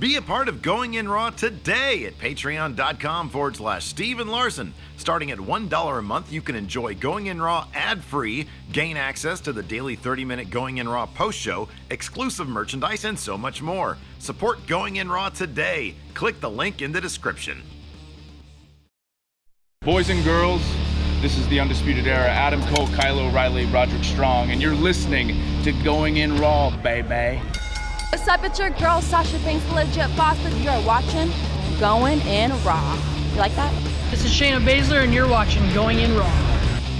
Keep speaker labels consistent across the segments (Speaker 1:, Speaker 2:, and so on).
Speaker 1: Be a part of Going In Raw today at patreon.com forward slash Steven Larson. Starting at $1 a month, you can enjoy Going In Raw ad free, gain access to the daily 30 minute Going In Raw post show, exclusive merchandise, and so much more. Support Going In Raw today. Click the link in the description.
Speaker 2: Boys and girls, this is the Undisputed Era. Adam Cole, Kylo Riley, Roderick Strong, and you're listening to Going In Raw, baby.
Speaker 3: What's up, it's your girl Sasha Banks, the legit boss, and you're watching Going In Raw. You like that?
Speaker 4: This is Shayna Baszler, and you're watching Going In Raw.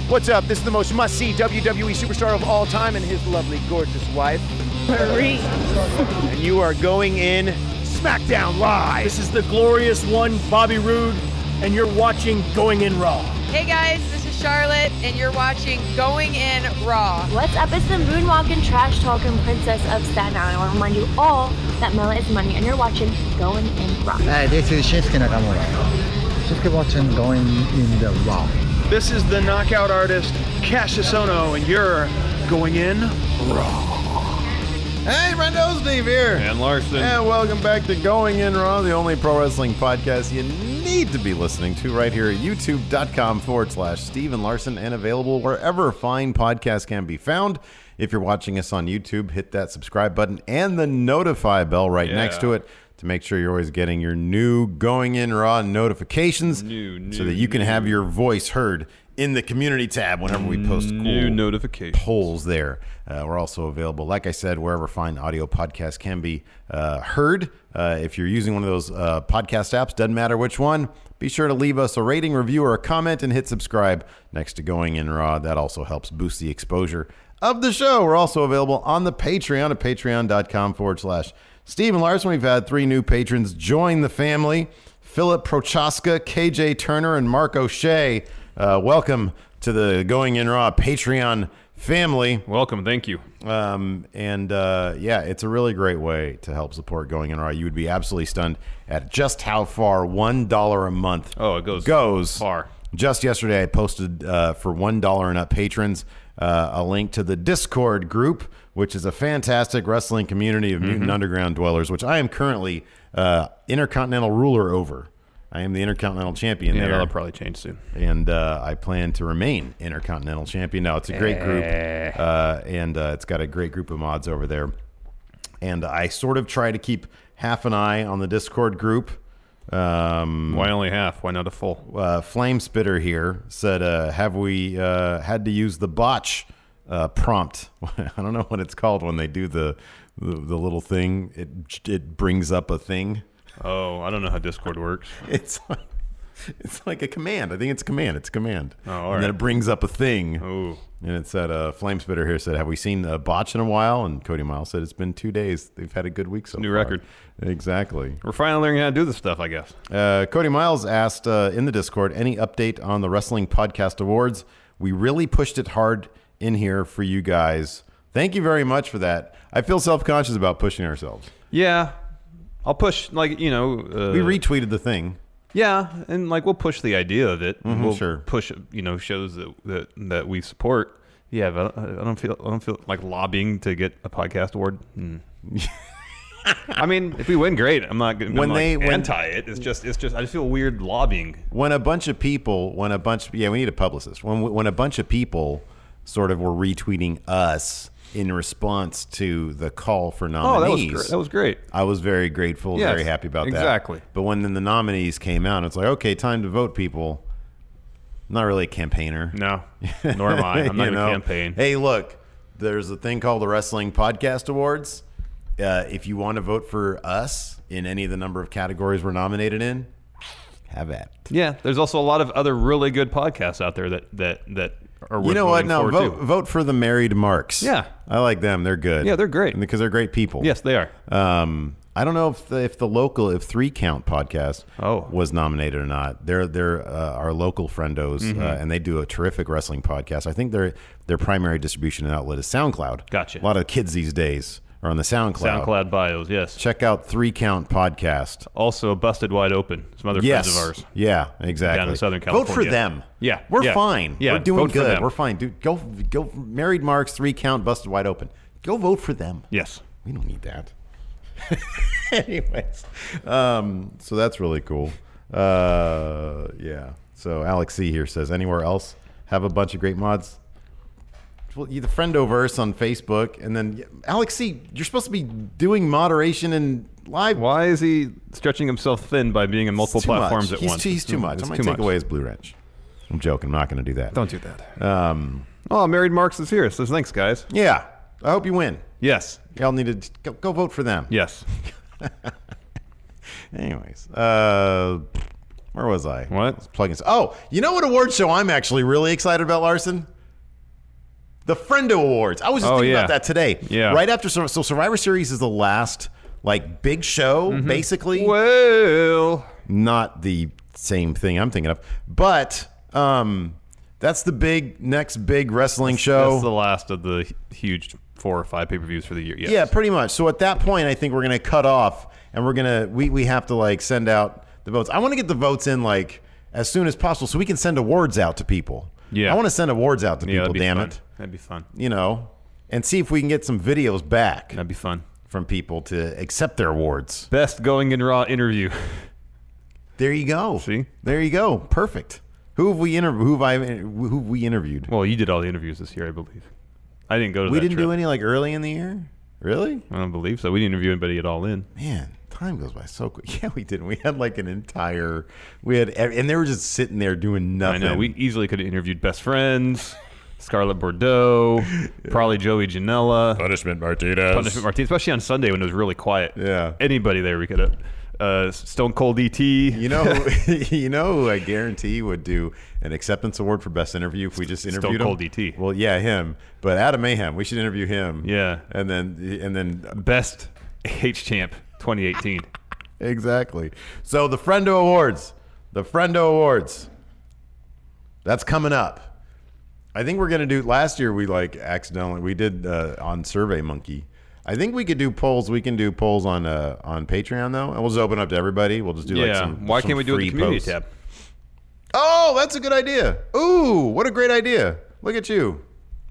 Speaker 5: What's up? This is the most must see WWE E superstar of all time and his lovely, gorgeous wife. Marie. and you are going in SmackDown Live.
Speaker 6: This is the glorious one, Bobby Roode, and you're watching Going In Raw.
Speaker 7: Hey guys, this is Charlotte, and you're watching Going In Raw.
Speaker 8: What's up? It's the moonwalking, trash talking princess of Staten Island. I want to remind you all that Mela is money, and you're watching Going In Raw.
Speaker 9: Hi, this is Shinsuke Nakamura. Shinsuke watching Going in the Raw.
Speaker 10: This is the knockout artist Cassius Ono, and you're going in raw.
Speaker 11: Hey, Rendo's Steve here.
Speaker 12: And Larson.
Speaker 11: And welcome back to Going In Raw, the only pro wrestling podcast you need to be listening to right here at youtube.com forward slash Steven Larson and available wherever fine podcasts can be found. If you're watching us on YouTube, hit that subscribe button and the notify bell right
Speaker 12: Yeah.
Speaker 11: next to it to make sure you're always getting your new Going In Raw notifications so that you can have your voice heard in the community tab whenever we post cool
Speaker 12: New notifications.
Speaker 11: polls there. Uh, we're also available, like I said, wherever fine audio podcasts can be uh, heard. Uh, if you're using one of those uh, podcast apps, doesn't matter which one, be sure to leave us a rating, review, or a comment and hit subscribe next to Going In Raw. That also helps boost the exposure of the show. We're also available on the Patreon at patreon.com forward slash Steven Larson. We've had three new patrons join the family. Philip Prochaska, KJ Turner, and Mark O'Shea. Uh, welcome to the Going In Raw Patreon family.
Speaker 12: Welcome. Thank you.
Speaker 11: Um, and uh, yeah, it's a really great way to help support Going In Raw. You would be absolutely stunned at just how far $1 a month
Speaker 12: Oh, it goes
Speaker 11: goes
Speaker 12: far.
Speaker 11: Just yesterday, I posted uh, for one dollar and up patrons uh, a link to the Discord group, which is a fantastic wrestling community of
Speaker 12: Mm-hmm.
Speaker 11: mutant underground dwellers, which I am currently uh, intercontinental ruler over. I am the intercontinental champion
Speaker 12: Yeah,
Speaker 11: there,
Speaker 12: that'll probably change soon.
Speaker 11: and uh, I plan to remain intercontinental champion. Now it's a great group,
Speaker 12: Eh.
Speaker 11: uh, and uh, it's got a great group of mods over there. And I sort of try to keep half an eye on the Discord group. Um,
Speaker 12: Why only half? Why not a full?
Speaker 11: uh, Flame Spitter here said, uh, "Have we uh, had to use the botch uh, prompt? I don't know what it's called when they do the the, the little thing. It it brings up a thing.
Speaker 12: Oh, I don't know how Discord works.
Speaker 11: It's like, it's like a command. I think it's a command. It's a command.
Speaker 12: Oh, all
Speaker 11: and then
Speaker 12: right.
Speaker 11: it
Speaker 12: Oh,
Speaker 11: brings up a thing.
Speaker 12: Ooh.
Speaker 11: And it said, uh, Flame Spitter here said, "Have we seen a botch in a while?" And Cody Miles said, "It's been two days. They've had a good week so
Speaker 12: New
Speaker 11: far."
Speaker 12: record.
Speaker 11: Exactly.
Speaker 12: We're finally learning how to do this stuff, I guess.
Speaker 11: Uh, Cody Miles asked uh, in the Discord, any update on the Wrestling Podcast Awards? We really pushed it hard in here for you guys. Thank you very much for that. I feel self conscious about pushing ourselves.
Speaker 12: Yeah. I'll push, like, you know. Uh,
Speaker 11: We retweeted the thing.
Speaker 12: Yeah, and like we'll push the idea of it. we'll
Speaker 11: Mm-hmm, sure.
Speaker 12: push you know shows that that, that we support. Yeah, but I I don't feel I don't feel like lobbying to get a podcast award. Hmm. I mean, if we win, great. I'm not gonna
Speaker 11: When
Speaker 12: when
Speaker 11: they-
Speaker 12: they
Speaker 11: when-
Speaker 12: anti it. It's just it's just I just feel weird lobbying.
Speaker 11: When a bunch of people, when a bunch, yeah, we need a publicist. When, when a bunch of people sort of were retweeting us in response to the call for
Speaker 12: Oh, that
Speaker 11: nominees.
Speaker 12: was great. that was great.
Speaker 11: I was very grateful,
Speaker 12: Yes,
Speaker 11: very happy about that.
Speaker 12: exactly.
Speaker 11: But when then the nominees came out, it's like, okay, time to vote, people. not really a campaigner.
Speaker 12: No, nor am I. I'm not
Speaker 11: You
Speaker 12: gonna
Speaker 11: know?
Speaker 12: campaign.
Speaker 11: Hey, look, there's a thing called the Wrestling Podcast Awards. Uh, if you want to vote for us in any of the number of categories we're nominated in, have at.
Speaker 12: Yeah, there's also a lot of other really good podcasts out there that that that are.
Speaker 11: you
Speaker 12: worth
Speaker 11: know what?
Speaker 12: voting
Speaker 11: No,
Speaker 12: for,
Speaker 11: vote
Speaker 12: too.
Speaker 11: vote for the married marks.
Speaker 12: Yeah.
Speaker 11: I like them. They're good.
Speaker 12: Yeah, they're great
Speaker 11: because they're great people.
Speaker 12: Yes, they are.
Speaker 11: Um, I don't know if the, if the local if three count podcast oh. was nominated or not. They're they're uh, our local friendos,
Speaker 12: Mhm.
Speaker 11: uh, and they do a terrific wrestling podcast. I think their their primary distribution outlet is SoundCloud. Gotcha. A lot of kids these days are on the SoundCloud.
Speaker 12: SoundCloud bios. Yes.
Speaker 11: Check out Three Count Podcast.
Speaker 12: Also, busted wide open. Some other
Speaker 11: yes.
Speaker 12: friends of ours.
Speaker 11: Yeah, exactly.
Speaker 12: Down in Southern
Speaker 11: Vote
Speaker 12: California.
Speaker 11: for them.
Speaker 12: Yeah,
Speaker 11: we're
Speaker 12: yeah,
Speaker 11: fine.
Speaker 12: yeah,
Speaker 11: we're doing
Speaker 12: vote for
Speaker 11: good.
Speaker 12: them.
Speaker 11: We're fine, dude. Go go. Married Marks Three Count Busted Wide Open. Go vote for them.
Speaker 12: Yes.
Speaker 11: We don't need that. Anyways, um, so that's really cool. Uh, yeah. So Alex C here says, anywhere else have a bunch of great mods? Well, you the friendoverse on Facebook, and then Alex C, you're supposed to be doing moderation and live.
Speaker 12: Why is he stretching himself thin by being in multiple
Speaker 11: too much.
Speaker 12: platforms at
Speaker 11: He's-
Speaker 12: once? Hmm,
Speaker 11: he's too much.
Speaker 12: It's
Speaker 11: I might take away his Blue Wrench. I'm joking. I'm not going to do that.
Speaker 12: Don't do that.
Speaker 11: Um,
Speaker 12: oh, married Marks is here. Says thanks, guys.
Speaker 11: Yeah. I hope you win.
Speaker 12: Yes.
Speaker 11: Y'all need to go, go vote for them.
Speaker 12: Yes.
Speaker 11: Anyways, uh, where was I? What? Let's plug in. Oh, you know what award show I'm actually really excited about, Larson? The Friendo Awards. I was just
Speaker 12: Oh,
Speaker 11: thinking
Speaker 12: yeah.
Speaker 11: about that today.
Speaker 12: Yeah.
Speaker 11: Right after Sur- so Survivor Series is the last like big show,
Speaker 12: Mm-hmm.
Speaker 11: basically.
Speaker 12: Well,
Speaker 11: not the same thing I'm thinking of, but um, that's the big next big wrestling show.
Speaker 12: That's the last of the huge four or five pay per views for the year. Yes.
Speaker 11: Yeah, pretty much. So at that point, I think we're gonna cut off, and we're gonna we we have to like send out the votes. I want to get the votes in like as soon as possible, so we can send awards out to people.
Speaker 12: Yeah.
Speaker 11: I want to send awards out to
Speaker 12: Yeah, that'd
Speaker 11: people.
Speaker 12: be
Speaker 11: Damn
Speaker 12: fun.
Speaker 11: it,
Speaker 12: That'd be fun.
Speaker 11: you know, and see if we can get some videos back.
Speaker 12: That'd be fun
Speaker 11: from people to accept their awards.
Speaker 12: Best going in raw interview.
Speaker 11: There you go. See, there you go. Perfect. Who have we inter- Who have I? Who have we interviewed?
Speaker 12: Well, you did all the interviews this year, I believe. I didn't go to.
Speaker 11: We
Speaker 12: that
Speaker 11: didn't
Speaker 12: trip.
Speaker 11: do any like early in the year. Really?
Speaker 12: I don't believe so. We didn't interview anybody at all. In
Speaker 11: Man, time goes by so quick. Yeah, we didn't. We had like an entire. We had, ev- and they were just sitting there doing nothing.
Speaker 12: I know we easily could have interviewed best friends, Scarlett Bordeaux, probably Joey Janela,
Speaker 11: Punishment Martinez,
Speaker 12: Punishment Martinez, especially on Sunday when it was really quiet.
Speaker 11: Yeah,
Speaker 12: anybody there we could have. Uh, Stone Cold ET. You
Speaker 11: know, who- you know, who I guarantee would do an acceptance award for best interview if we just
Speaker 12: Stone
Speaker 11: interviewed
Speaker 12: Cold
Speaker 11: him. DT. Well, yeah, him. But Adam Mayhem, we should interview him.
Speaker 12: Yeah.
Speaker 11: and then and then
Speaker 12: best H champ 2018.
Speaker 11: exactly. So the Friendo Awards, the Friendo Awards, that's coming up. I think we're gonna do. Last year we like accidentally we did uh, on Survey Monkey. I think we could do polls. We can do polls on uh, on Patreon though, and we'll just open up to everybody. We'll just do like
Speaker 12: Yeah.
Speaker 11: some.
Speaker 12: Why
Speaker 11: some
Speaker 12: can't we do it in the
Speaker 11: free
Speaker 12: community
Speaker 11: posts.
Speaker 12: tab?
Speaker 11: Oh, that's a good idea. Ooh, what a great idea. Look at you.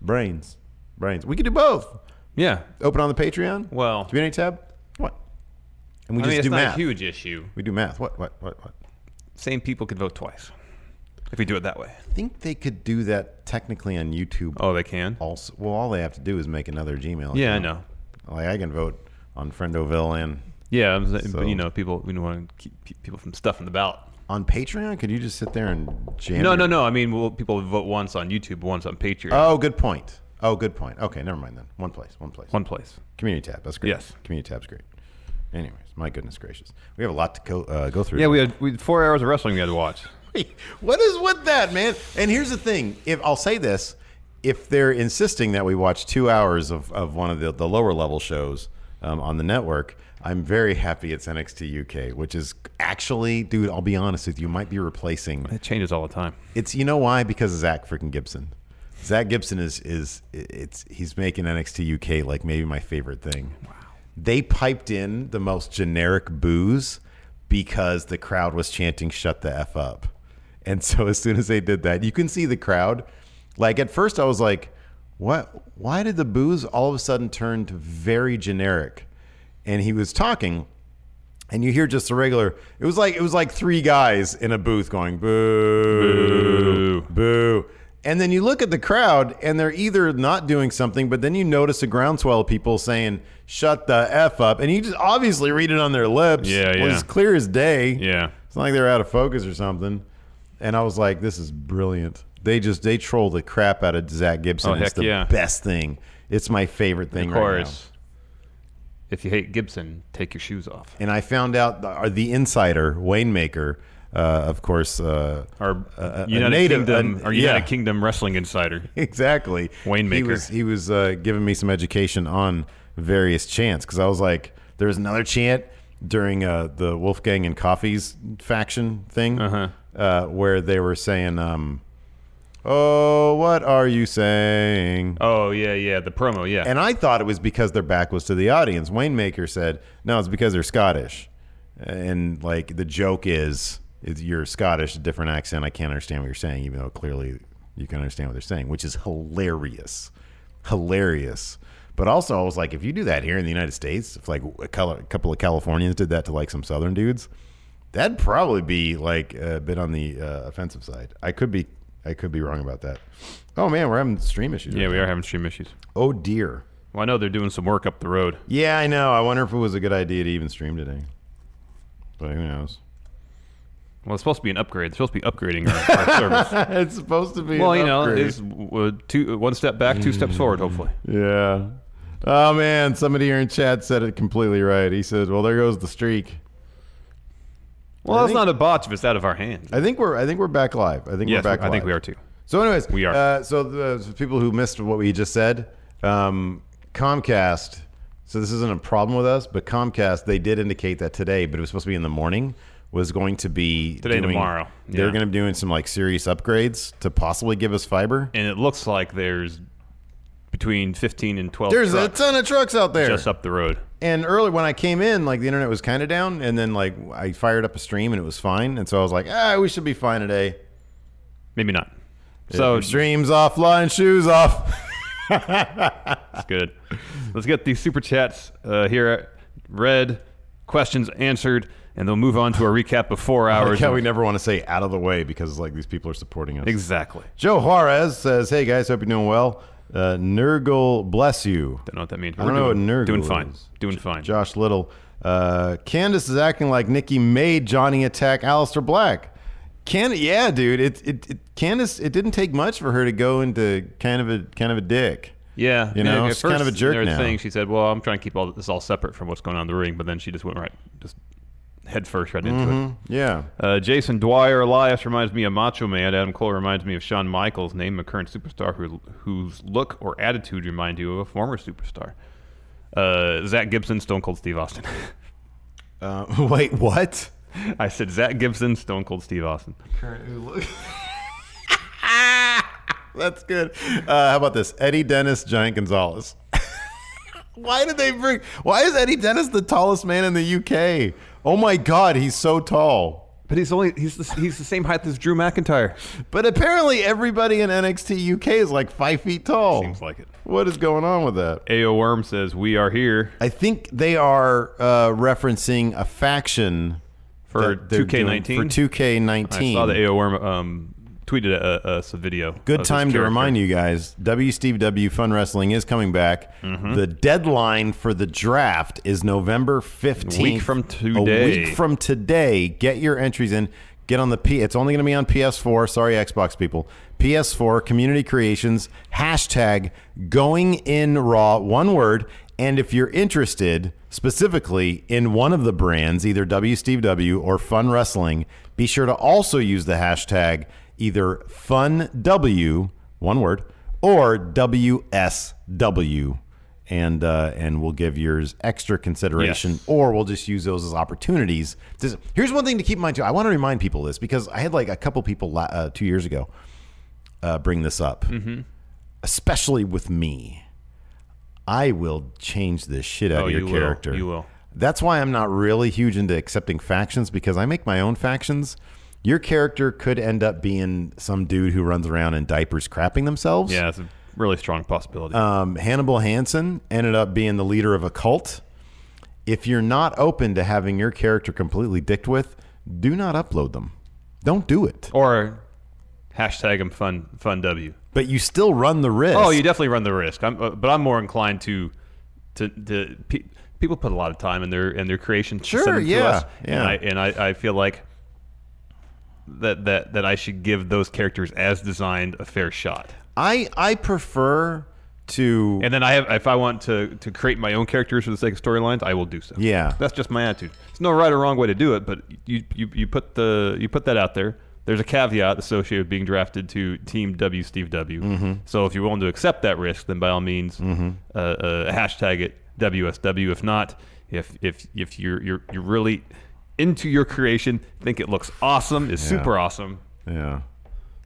Speaker 11: Brains. Brains. We could do both.
Speaker 12: Yeah.
Speaker 11: Open on the Patreon.
Speaker 12: Well,
Speaker 11: community tab. What? And we
Speaker 12: I
Speaker 11: just
Speaker 12: mean, it's
Speaker 11: do
Speaker 12: not
Speaker 11: math.
Speaker 12: a huge issue.
Speaker 11: We do math. What? What? What? What?
Speaker 12: Same people could vote twice if we do it that way.
Speaker 11: I think they could do that technically on YouTube.
Speaker 12: Oh, they can.
Speaker 11: Also, well, all they have to do is make another Gmail.
Speaker 12: Yeah, I
Speaker 11: account. Like I can vote on Friendoville and
Speaker 12: Yeah, I'm saying,
Speaker 11: So-
Speaker 12: but you know, people we don't want to keep pe- people from stuffing the ballot.
Speaker 11: on Patreon. Could you just sit there and jam?
Speaker 12: no,
Speaker 11: your-
Speaker 12: no, no. I mean, well, people vote once on YouTube, once on Patreon.
Speaker 11: Oh, good point. Oh, good point. Okay, never mind then. One place. One place.
Speaker 12: One place.
Speaker 11: Community tab. That's great.
Speaker 12: Yes.
Speaker 11: Community tab's great. Anyways, my goodness gracious, we have a lot to go uh, go through.
Speaker 12: yeah, we had we had four hours of wrestling we had to watch.
Speaker 11: What is with that, man? And here's the thing: if I'll say this, if they're insisting that we watch two hours of, of one of the, the lower level shows um, on the network, I'm very happy it's NXT UK, which is actually, dude. I'll be honest with you, might be replacing.
Speaker 12: It changes all the time.
Speaker 11: It's you know why? Because of Zach freaking Gibson. Zach Gibson is is it's he's making NXT UK like maybe my favorite thing. Wow. They piped in the most generic booze because the crowd was chanting "Shut the f up," and so as soon as they did that, you can see the crowd. Like at first, I was like, "What? Why did the booze all of a sudden turn to very generic?" And he was talking, and you hear just a regular. It was like it was like three guys in a booth going boo, boo, and then you look at the crowd, and they're either not doing something, but then you notice a groundswell of people saying "shut the f up," and you just obviously read it on their lips.
Speaker 12: Yeah,
Speaker 11: Well,
Speaker 12: yeah.
Speaker 11: It's clear as day.
Speaker 12: Yeah.
Speaker 11: it's not like they're out of focus or something. and I was like, "This is brilliant." They just they troll the crap out of Zach Gibson.
Speaker 12: Oh,
Speaker 11: it's
Speaker 12: heck
Speaker 11: the
Speaker 12: yeah.
Speaker 11: best thing. It's my favorite thing
Speaker 12: of
Speaker 11: right now.
Speaker 12: course. If you hate Gibson, take your shoes off.
Speaker 11: And I found out the, uh, the insider Wayne Maker, uh, of course, uh,
Speaker 12: our
Speaker 11: a
Speaker 12: United
Speaker 11: native,
Speaker 12: Kingdom,
Speaker 11: a-
Speaker 12: or
Speaker 11: yeah,
Speaker 12: United Kingdom wrestling insider.
Speaker 11: exactly.
Speaker 12: Wayne Maker.
Speaker 11: He was he was uh, giving me some education on various chants because I was like, there was another chant during uh, the Wolfgang and Coffees faction thing
Speaker 12: Uh-huh.
Speaker 11: uh where they were saying, um, "Oh, what are you saying?"
Speaker 12: Oh yeah, yeah, the promo, yeah.
Speaker 11: And I thought it was because their back was to the audience. Wayne Maker said, "No, it's because they're Scottish." And like the joke is, is you're Scottish, a different accent. I can't understand what you're saying, even though clearly you can understand what they're saying, which is hilarious, hilarious. But also, I was like, if you do that here in the United States, if like a col- a couple of Californians did that to like some Southern dudes, that'd probably be like a bit on the uh, offensive side. I could be, I could be wrong about that. Oh man, we're having stream issues.
Speaker 12: Yeah, we are having stream issues.
Speaker 11: Oh dear.
Speaker 12: Well, I know they're doing some work up the road.
Speaker 11: Yeah, I know. I wonder if it was a good idea to even stream today. But who knows?
Speaker 12: Well, it's supposed to be an upgrade. They're supposed to be upgrading our, our service.
Speaker 11: it's supposed to be.
Speaker 12: well,
Speaker 11: an
Speaker 12: you know,
Speaker 11: upgrade.
Speaker 12: it's uh, two, one step back, two steps forward. Hopefully,
Speaker 11: Mm. Yeah. Oh man, somebody here in chat said it completely right. He said, "Well, there goes the streak."
Speaker 12: Well,
Speaker 11: I
Speaker 12: that's
Speaker 11: think-
Speaker 12: not a botch if it's out of our hands.
Speaker 11: I think we're I think we're back live. I think
Speaker 12: Yes,
Speaker 11: we're back.
Speaker 12: I think
Speaker 11: live.
Speaker 12: we are too.
Speaker 11: So, anyways,
Speaker 12: We are.
Speaker 11: Uh, so the so people who missed what we just said, um, Comcast. So this isn't a problem with us, but Comcast they did indicate that today, but it was supposed to be in the morning. Was going to be
Speaker 12: Today,
Speaker 11: doing-
Speaker 12: tomorrow.
Speaker 11: They're
Speaker 12: Yeah.
Speaker 11: going to be doing some like serious upgrades to possibly give us fiber.
Speaker 12: And it looks like there's between fifteen and twelve.
Speaker 11: There's a
Speaker 12: trucks
Speaker 11: ton of trucks out there.
Speaker 12: just up the road.
Speaker 11: And early when I came in, like the internet was kind of down, and then like I fired up a stream and it was fine, and so I was like, ah, we should be fine today.
Speaker 12: Maybe not.
Speaker 11: So
Speaker 12: So-
Speaker 11: streams offline, shoes off.
Speaker 12: That's good. Let's get these super chats uh, here read, questions answered, and they'll move on to a recap of four
Speaker 11: I like
Speaker 12: hours.
Speaker 11: how
Speaker 12: of-
Speaker 11: we never want to say out of the way because like these people are supporting us.
Speaker 12: Exactly.
Speaker 11: Joe Juarez says, "Hey guys, hope you're doing well. Uh, Nurgle, bless you.
Speaker 12: Don't know what that means.
Speaker 11: I don't
Speaker 12: We're
Speaker 11: know what
Speaker 12: doing-
Speaker 11: Nurgle
Speaker 12: doing fine.
Speaker 11: is.
Speaker 12: Doing fine.
Speaker 11: Josh Little. Uh, Candace is acting like Nikki made Johnny attack Alistair Black. Can yeah, dude. It, it it Candace. It didn't take much for her to go into kind of a kind of a dick.
Speaker 12: Yeah,
Speaker 11: you know,
Speaker 12: at
Speaker 11: she's kind of a
Speaker 12: first,
Speaker 11: jerk
Speaker 12: their
Speaker 11: now.
Speaker 12: Thing she said, "Well, I'm trying to keep all this all separate from what's going on in the ring," but then she just went right, just head first right into
Speaker 11: Mhm,
Speaker 12: it.
Speaker 11: yeah.
Speaker 12: Uh, Jason Dwyer Elias reminds me of Macho Man. Adam Cole reminds me of Shawn Michaels. Name a current superstar who, whose look or attitude remind you of a former superstar. Uh, Zach Gibson, Stone Cold Steve Austin.
Speaker 11: uh, wait, what?
Speaker 12: I said Zach Gibson, Stone Cold Steve Austin.
Speaker 11: That's good. Uh, how about this? Eddie Dennis, Giant Gonzalez. why did they bring? Why is Eddie Dennis the tallest man in the UK? Oh my God, he's so tall.
Speaker 12: But he's only he's the, he's the same height as Drew McIntyre.
Speaker 11: But apparently everybody in NXT UK is like five feet tall. Seems
Speaker 12: like it.
Speaker 11: What is going on with that?
Speaker 12: AO Worm says we are here.
Speaker 11: I think they are uh, referencing a faction
Speaker 12: for
Speaker 11: that they're doing-
Speaker 12: 2K19
Speaker 11: For 2K19.
Speaker 12: I saw the AO Worm um, tweeted uh, us a video. of
Speaker 11: Good
Speaker 12: his
Speaker 11: time to
Speaker 12: character.
Speaker 11: remind you guys, W Steve W Fun Wrestling is coming back.
Speaker 12: Mm-hmm.
Speaker 11: The deadline for the draft is November 15th.
Speaker 12: Week from
Speaker 11: A
Speaker 12: today.
Speaker 11: week from today. Get your entries in. Get on the P it's only gonna be on PS4. Sorry, Xbox people. PS4 Community Creations hashtag going in raw. One word. And if you're interested specifically in one of the brands, either W Steve W or Fun Wrestling, be sure to also use the hashtag either fun W, one word, or WSW. And uh, and we'll give yours extra consideration, or we'll just use those as opportunities. This- here's one thing to keep in mind too. I want to remind people of this because I had like a couple people la- uh, two years ago uh, bring this up,
Speaker 12: Mm-hmm.
Speaker 11: especially with me. I will change the shit out
Speaker 12: Oh,
Speaker 11: of your
Speaker 12: you will.
Speaker 11: character.
Speaker 12: You will.
Speaker 11: That's why I'm not really huge into accepting factions because I make my own factions. Your character could end up being some dude who runs around in diapers crapping themselves.
Speaker 12: Yeah, it's a really strong possibility.
Speaker 11: Um, Hannibal Hansen ended up being the leader of a cult. If you're not open to having your character completely dicked with, do not upload them. Don't do it.
Speaker 12: or hashtag him fun fun W.
Speaker 11: But you still run the risk.
Speaker 12: Oh, you definitely run the risk. I'm, uh, but I'm more inclined to to to pe- people put a lot of time in their in their creation. to
Speaker 11: Sure,
Speaker 12: send them to
Speaker 11: yeah,
Speaker 12: us,
Speaker 11: yeah.
Speaker 12: And I and I, I feel like that that that I should give those characters as designed a fair shot.
Speaker 11: I I prefer to
Speaker 12: And then I have if I want to to create my own characters for the sake of storylines, I will do so.
Speaker 11: Yeah.
Speaker 12: That's just my attitude. It's no right or wrong way to do it, but you you, you put the you put that out there. There's a caveat associated with being drafted to Team W Steve W.
Speaker 11: Mhm.
Speaker 12: So if you're willing to accept that risk, then by all means, uh, uh, hashtag it WSW. If not, if if if you're you're you're really into your creation, think it looks awesome, is
Speaker 11: Yeah.
Speaker 12: super awesome.
Speaker 11: Yeah.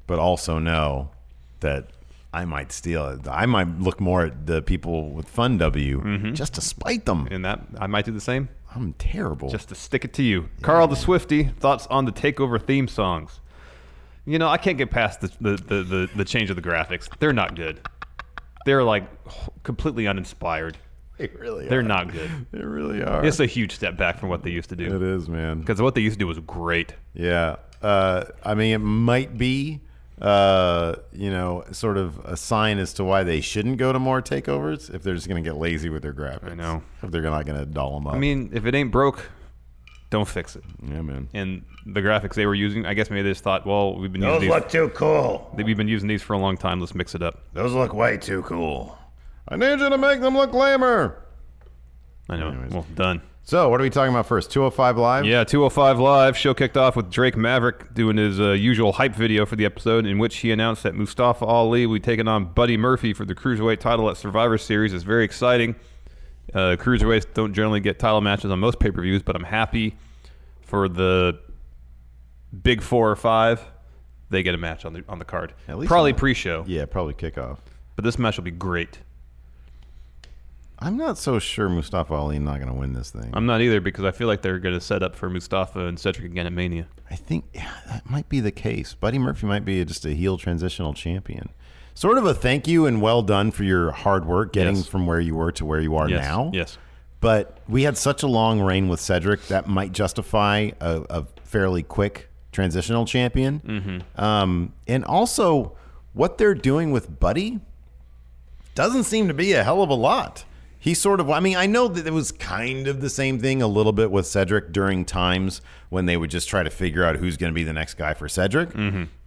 Speaker 11: But also know that I might steal it. I might look more at the people with Fun W
Speaker 12: Mm-hmm.
Speaker 11: just to spite them.
Speaker 12: And that I might do the same.
Speaker 11: I'm terrible.
Speaker 12: Just to stick it to you. Carl the Swifty, thoughts on the takeover theme songs. You know, I can't get past the the, the, the, the change of the graphics. They're not good. They're like completely uninspired.
Speaker 11: They really
Speaker 12: They're
Speaker 11: are.
Speaker 12: not good.
Speaker 11: They really are.
Speaker 12: It's a huge step back from what they used to do.
Speaker 11: It is, man.
Speaker 12: Because what they used to do was great.
Speaker 11: Yeah. Uh, I mean, it might be, uh, you know, sort of a sign as to why they shouldn't go to more takeovers if they're just going to get lazy with their graphics. I know. If they're not going to doll them up.
Speaker 12: I mean, if it ain't broke, don't fix it.
Speaker 11: Yeah, man.
Speaker 12: And the graphics they were using, I guess maybe they just thought, well, we've been
Speaker 13: Those
Speaker 12: using
Speaker 13: look
Speaker 12: these.
Speaker 13: too cool.
Speaker 12: We've been using these for a long time. Let's mix it up.
Speaker 13: Those look way too cool.
Speaker 11: I need you to make them look glamour.
Speaker 12: I know. Well, done.
Speaker 11: So, what are we talking about first? 205 Live?
Speaker 12: Yeah, 205 Live show kicked off with Drake Maverick doing his uh, usual hype video for the episode, in which he announced that Mustafa Ali will be taking on Buddy Murphy for the Cruiserweight title at Survivor Series. It's very exciting. Uh, cruiserweights don't generally get title matches on most pay per views, but I'm happy for the big four or five. They get a match on the on the card. At
Speaker 11: least
Speaker 12: probably
Speaker 11: on the-
Speaker 12: pre show.
Speaker 11: Yeah, probably kickoff.
Speaker 12: But this match will be great.
Speaker 11: I'm not so sure Mustafa Ali not going to win this thing.
Speaker 12: I'm not either because I feel like they're going to set up for Mustafa and Cedric again at Mania.
Speaker 11: I think yeah, that might be the case. Buddy Murphy might be just a heel transitional champion. Sort of a thank you and well done for your hard work getting
Speaker 12: Yes.
Speaker 11: from where you were to where you are
Speaker 12: Yes,
Speaker 11: now.
Speaker 12: yes.
Speaker 11: But we had such a long reign with Cedric that might justify a, a fairly quick transitional champion.
Speaker 12: Mhm.
Speaker 11: Um, and also, what they're doing with Buddy doesn't seem to be a hell of a lot. He sort of, I mean, I know that it was kind of the same thing a little bit with Cedric during times when they would just try to figure out who's going to be the next guy for Cedric.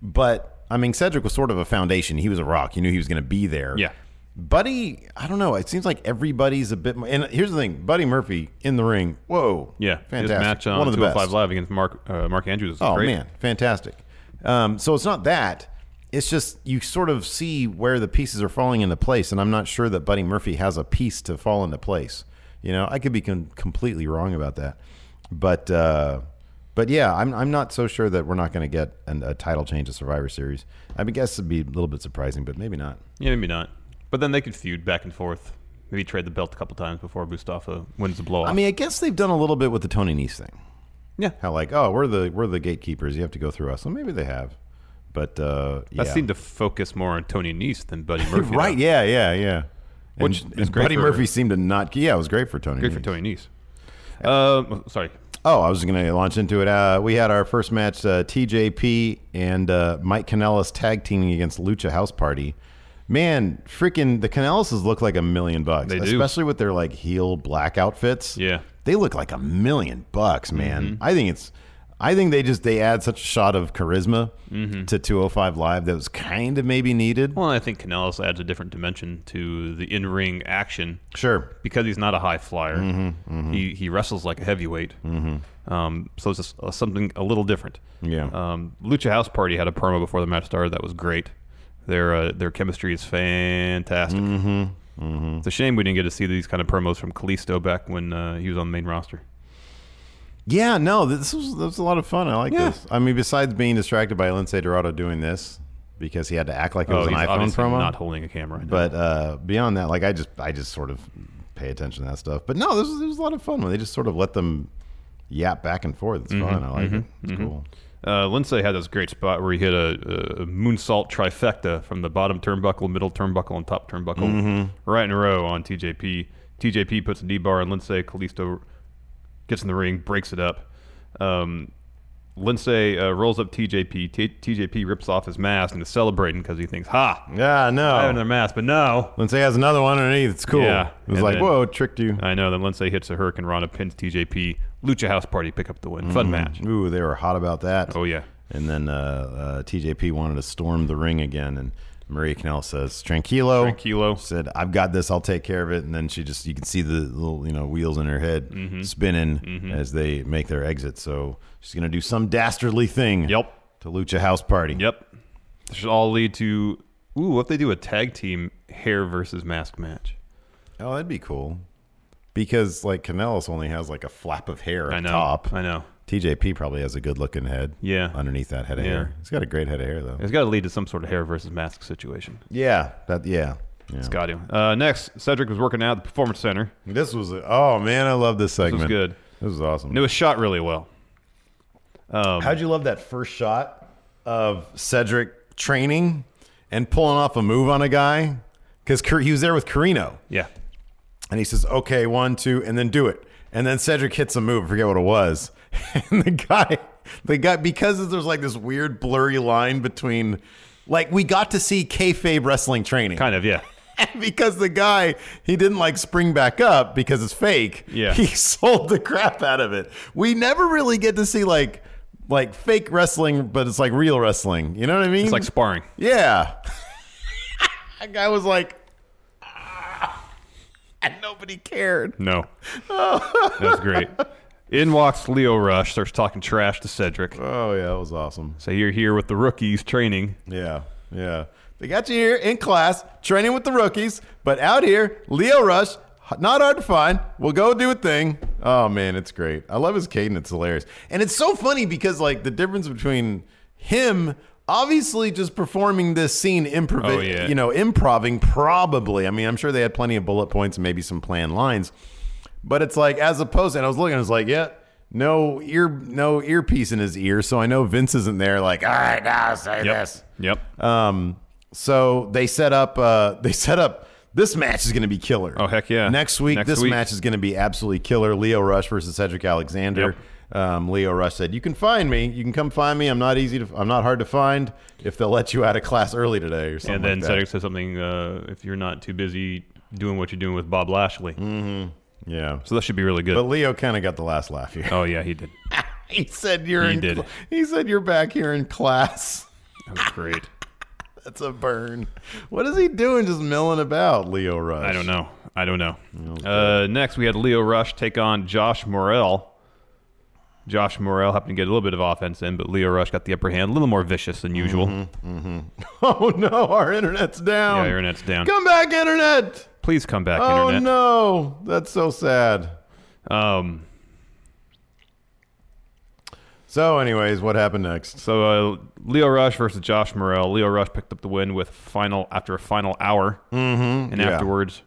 Speaker 11: But, I mean, Cedric was sort of a foundation. He was a rock. You knew he was going to be there. Yeah. Buddy, I don't know. It seems like everybody's a bit more. And here's the thing Buddy Murphy in the ring. Whoa.
Speaker 12: Yeah,
Speaker 11: Fantastic.
Speaker 12: His match uh, on
Speaker 11: One of the best.
Speaker 12: 205 Live against Mark uh, Mark Andrews. Is
Speaker 11: Oh
Speaker 12: great.
Speaker 11: man, fantastic! Um, so it's not that. It's just you sort of see where the pieces are falling into place, and I'm not sure that Buddy Murphy has a piece to fall into place. You know, I could be com- completely wrong about that, but uh, but yeah, I'm I'm not so sure that we're not going to get an, a title change to Survivor Series. I mean, guess it'd be a little bit surprising, but maybe not.
Speaker 12: Yeah, maybe not. But then they could feud back and forth. Maybe trade the belt a couple times before Mustafa wins the blow off.
Speaker 11: I mean, I guess they've done a little bit with the Tony Nese thing.
Speaker 12: Yeah,
Speaker 11: how like oh we're the we're the gatekeepers. You have to go through us. Well, maybe they have, but uh,
Speaker 12: that
Speaker 11: yeah.
Speaker 12: seemed to focus more on Tony Nese than Buddy Murphy.
Speaker 11: right?
Speaker 12: though.
Speaker 11: Yeah, yeah, yeah. And,
Speaker 12: Which is
Speaker 11: and
Speaker 12: great
Speaker 11: Buddy
Speaker 12: for-
Speaker 11: Murphy seemed to not. Yeah, it was great for Tony.
Speaker 12: Great for
Speaker 11: Nese.
Speaker 12: Tony Nese. Uh, sorry.
Speaker 11: Oh, I was going to launch into it. Uh, we had our first match: uh, TJP and uh, Mike Kanellis tag teaming against Lucha House Party. Man, freaking the Canellises look like a million bucks,
Speaker 12: They do.
Speaker 11: especially with their like heel black outfits.
Speaker 12: Yeah,
Speaker 11: they look like a million bucks, man.
Speaker 12: Mm-hmm.
Speaker 11: I think it's, I think they just they add such a shot of charisma
Speaker 12: Mhm.
Speaker 11: to 205 Live that was kind of maybe needed.
Speaker 12: Well, I think Canales adds a different dimension to the in-ring action.
Speaker 11: Sure.
Speaker 12: Because he's not a high flyer.
Speaker 11: Mhm, mhm.
Speaker 12: He he wrestles like a heavyweight.
Speaker 11: Mhm.
Speaker 12: Um, so it's just, uh, something a little different.
Speaker 11: Yeah.
Speaker 12: Um, Lucha House Party had a promo before the match started that was great. Their uh, their chemistry is fantastic. Mm-hmm. Mm-hmm. It's a shame we didn't get to see these kind of promos from Kalisto back when uh, he was on the main roster.
Speaker 11: Yeah, no, this was, this was a lot of fun. I like this. I mean, besides being distracted by Lindsay Dorado doing this because he had to act like it
Speaker 12: Oh,
Speaker 11: was an
Speaker 12: he's
Speaker 11: iPhone
Speaker 12: obviously
Speaker 11: promo,
Speaker 12: not holding a camera right now.
Speaker 11: But uh, beyond that, like I just I just sort of pay attention to that stuff. But no, this was, this was a lot of fun when they just sort of let them yap back and forth.
Speaker 12: Mm-hmm.
Speaker 11: It's fun. I like it. It's cool.
Speaker 12: Uh, Lindsay had this great spot where he hit a, a moonsault trifecta from the bottom turnbuckle, middle turnbuckle, and top turnbuckle
Speaker 11: Mhm.
Speaker 12: right in a row on TJP. TJP puts a D bar on Lindsay. Kalisto gets in the ring, breaks it up. Um, Lindsay uh, rolls up TJP. T- TJP rips off his mask and is celebrating because he thinks, ha!
Speaker 11: Yeah, no.
Speaker 12: I have another mask, but no.
Speaker 11: Lindsay has another one underneath. It's cool.
Speaker 12: Yeah.
Speaker 11: It was
Speaker 12: And
Speaker 11: like,
Speaker 12: then-
Speaker 11: whoa, it tricked you.
Speaker 12: I know. Then Lindsay hits a Hurricane Rana, pins TJP. Lucha House Party pick up the win. Fun
Speaker 11: Mhm.
Speaker 12: match.
Speaker 11: Ooh, they were hot about that.
Speaker 12: Oh yeah.
Speaker 11: And then uh, uh, TJP wanted to storm the ring again, and Maria Canal says, "Tranquilo." Tranquilo said, "I've got this. I'll take care of it." And then she just—you can see the little, you know, wheels in her head
Speaker 12: Mhm.
Speaker 11: spinning
Speaker 12: Mhm.
Speaker 11: as they make their exit. So she's gonna do some dastardly thing. Yep. To Lucha House Party.
Speaker 12: Yep. This should all lead to ooh, what if they do a tag team hair versus mask match?
Speaker 11: Oh, that'd be cool. Because like Canellis only has like a flap of hair
Speaker 12: I
Speaker 11: on
Speaker 12: know,
Speaker 11: top.
Speaker 12: I know.
Speaker 11: TJP probably has a good looking head.
Speaker 12: Yeah.
Speaker 11: Underneath that head of
Speaker 12: Yeah.
Speaker 11: hair. He's got a great head of hair though.
Speaker 12: It's got to lead to some sort of hair versus mask situation.
Speaker 11: Yeah. That yeah.
Speaker 12: It's got to. Uh, next, Cedric was working out at the Performance Center.
Speaker 11: This was a, oh man, I love this segment.
Speaker 12: This was good.
Speaker 11: This was awesome.
Speaker 12: And it was shot really well. Um,
Speaker 11: How'd you love that first shot of Cedric training and pulling off a move on a guy? Because he was there with Carino.
Speaker 12: Yeah.
Speaker 11: And he says, okay, one, two, and then do it. And then Cedric hits a move. I forget what it was. And the guy, the guy, because there's like this weird blurry line between, like, we got to see kayfabe wrestling training. Kind
Speaker 12: of, yeah.
Speaker 11: because the guy, he didn't like spring back up because it's fake.
Speaker 12: Yeah.
Speaker 11: He sold the crap out of it. We never really get to see like, like fake wrestling, but it's like real wrestling. You know what I mean? It's like
Speaker 12: sparring.
Speaker 11: Yeah. that guy was like, "Ah." and nobody cared.
Speaker 12: No. that was great. In walks Leo Rush, starts talking trash to Cedric.
Speaker 11: Oh, yeah, that was awesome.
Speaker 12: So you're here with the rookies training.
Speaker 11: Yeah, yeah. They got you here in class, training with the rookies, but out here, Leo Rush, h- not hard to find. We'll go do a thing. Oh man, it's great. I love his cadence. It's hilarious, and it's so funny because like the difference between him obviously just performing this scene improv,
Speaker 12: Oh, yeah.
Speaker 11: you know, improving probably. I mean, I'm sure they had plenty of bullet points and maybe some planned lines, but it's like as opposed, and I was looking, I was like, yeah. No ear, no earpiece in his ear, so I know Vince isn't there. Like, all right, now say
Speaker 12: Yep.
Speaker 11: this.
Speaker 12: Yep.
Speaker 11: Um, so they set up. Uh, they set up. This match is going to be killer.
Speaker 12: Oh, heck yeah.
Speaker 11: Next week,
Speaker 12: Next
Speaker 11: this
Speaker 12: week.
Speaker 11: match is going to be absolutely killer. Leo Rush versus Cedric Alexander. Um, Leo Rush said, "You can find me. You can come find me. I'm not easy to. I'm not hard to find. If they'll let you out of class early today, or something."
Speaker 12: and then
Speaker 11: like that.
Speaker 12: Cedric says something uh, if you're not too busy doing what you're doing with Bob Lashley.
Speaker 11: Mm-hmm. Yeah.
Speaker 12: So that should be really good.
Speaker 11: But Leo kind of got the last laugh here.
Speaker 12: Oh, yeah, he did.
Speaker 11: he said you're
Speaker 12: He
Speaker 11: in
Speaker 12: did.
Speaker 11: cl- he said you're back here in class.
Speaker 12: That was great.
Speaker 11: That's a burn. What is he doing just milling about, Leo Rush?
Speaker 12: I don't know. I don't know. Uh, next, we had Leo Rush take on Josh Morel. Josh Morel happened to get a little bit of offense in, but Leo Rush got the upper hand, a little more vicious than usual. Mm-hmm.
Speaker 11: Oh no, our internet's down.
Speaker 12: Yeah, internet's down.
Speaker 11: Come back, internet.
Speaker 12: Please come back,
Speaker 11: oh
Speaker 12: internet.
Speaker 11: no, that's so sad.
Speaker 12: Um.
Speaker 11: So, anyways, what happened next?
Speaker 12: So uh, Leo Rush versus Josh Morel. Leo Rush picked up the win with final after a final hour,
Speaker 11: Mhm,
Speaker 12: and
Speaker 11: yeah. Mm-hmm.
Speaker 12: afterwards,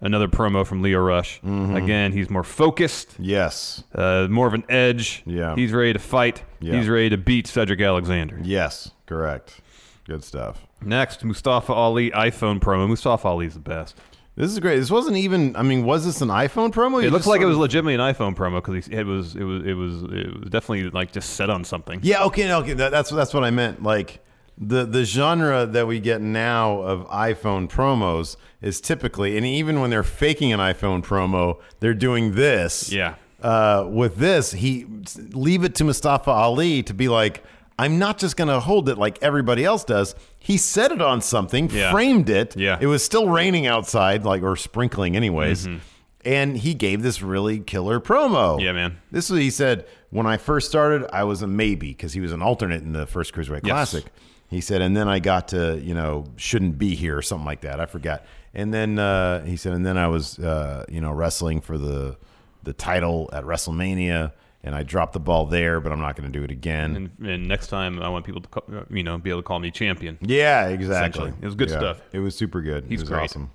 Speaker 12: another promo from Leo Rush. Again, he's more focused.
Speaker 11: Yes.
Speaker 12: Uh, more of an edge.
Speaker 11: Yeah.
Speaker 12: He's ready to fight.
Speaker 11: Yeah.
Speaker 12: He's ready to beat Cedric Alexander.
Speaker 11: Yes, correct. Good stuff.
Speaker 12: Next, Mustafa Ali iPhone promo. Mustafa Ali's the best.
Speaker 11: This is great. This wasn't even. I mean, was this an iPhone promo?
Speaker 12: It
Speaker 11: You
Speaker 12: looks
Speaker 11: just
Speaker 12: like it
Speaker 11: sort
Speaker 12: was
Speaker 11: of-
Speaker 12: legitimately an iPhone promo because it was it was it was it was definitely like just set on something.
Speaker 11: Yeah. Okay. Okay. That, that's that's what I meant. Like the the genre that we get now of iPhone promos is typically, and even when they're faking an iPhone promo, they're doing this.
Speaker 12: Yeah.
Speaker 11: Uh, with this, he leave it to Mustafa Ali to be like, I'm not just gonna hold it like everybody else does. He set it on something,
Speaker 12: Yeah.
Speaker 11: framed it.
Speaker 12: Yeah.
Speaker 11: It was still raining outside, like or sprinkling, anyways.
Speaker 12: Mhm.
Speaker 11: And he gave this really killer promo.
Speaker 12: Yeah, man.
Speaker 11: This is what he said. When I first started, I was a maybe because he was an alternate in the first Cruiserweight
Speaker 12: Yes.
Speaker 11: Classic. He said, and then I got to, you know, shouldn't be here or something like that. I forgot. And then uh, he said, and then I was, uh, you know, wrestling for the the title at WrestleMania, and I dropped the ball there, but I'm not going to do it again.
Speaker 12: And, and next time, I want people to call, you know be able to call me champion.
Speaker 11: yeah, exactly.
Speaker 12: Essentially. It was good
Speaker 11: Yeah.
Speaker 12: stuff.
Speaker 11: It was super good.
Speaker 12: He's
Speaker 11: it was
Speaker 12: great.
Speaker 11: awesome.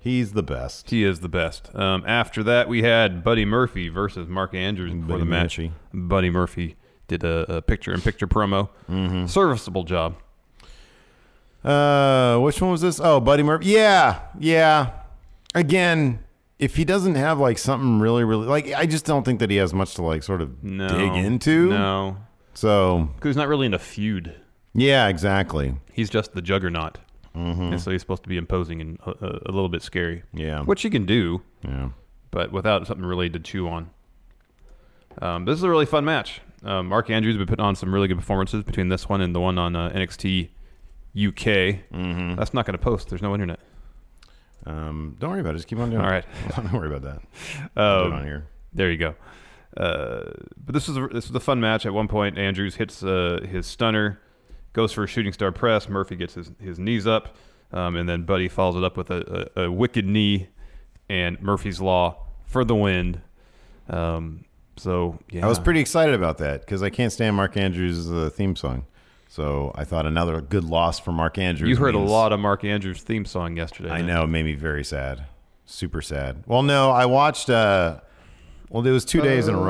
Speaker 11: He's the best.
Speaker 12: He is the best. Um, after that, we had Buddy Murphy versus Mark Andrews before
Speaker 11: Buddy
Speaker 12: the match.
Speaker 11: Murphy.
Speaker 12: Buddy Murphy did a, a picture-in-picture promo.
Speaker 11: Mm-hmm.
Speaker 12: Serviceable job.
Speaker 11: Uh, which one was this? Oh, Buddy Murphy. Yeah, yeah. Again, if he doesn't have like something really, really like, I just don't think that he has much to like sort of
Speaker 12: No,
Speaker 11: dig into.
Speaker 12: No,
Speaker 11: So
Speaker 12: 'Cause he's not really in a feud.
Speaker 11: yeah, exactly.
Speaker 12: He's just the juggernaut,
Speaker 11: Mhm.
Speaker 12: and so he's supposed to be imposing and a, a- a little bit scary.
Speaker 11: Yeah.
Speaker 12: which he can do.
Speaker 11: Yeah,
Speaker 12: but without something really to chew on. Um, this is a really fun match. Uh, Mark Andrews has been putting on some really good performances between this one and the one on uh, NXT UK. Mm-hmm. That's not going to post. There's no internet.
Speaker 11: Um, don't worry about it. Just keep on doing
Speaker 12: All
Speaker 11: it.
Speaker 12: right.
Speaker 11: Don't worry about that.
Speaker 12: Um,
Speaker 11: Put it on here.
Speaker 12: There you go. Uh, but this is a, this is a fun match. At one point, Andrews hits uh, his stunner, goes for a shooting star press. Murphy gets his, his knees up, um, and then Buddy follows it up with a, a, a wicked knee and Murphy's Law for the win. Um, so yeah,
Speaker 11: I was pretty excited about that because I can't stand Mark Andrews' uh, theme song. So I thought another good loss for Mark Andrews.
Speaker 12: You heard a
Speaker 11: means-
Speaker 12: lot of Mark Andrews' theme song yesterday.
Speaker 11: I know. It made me very sad. Super sad. Well, no, I watched. Uh, well, it was two days in a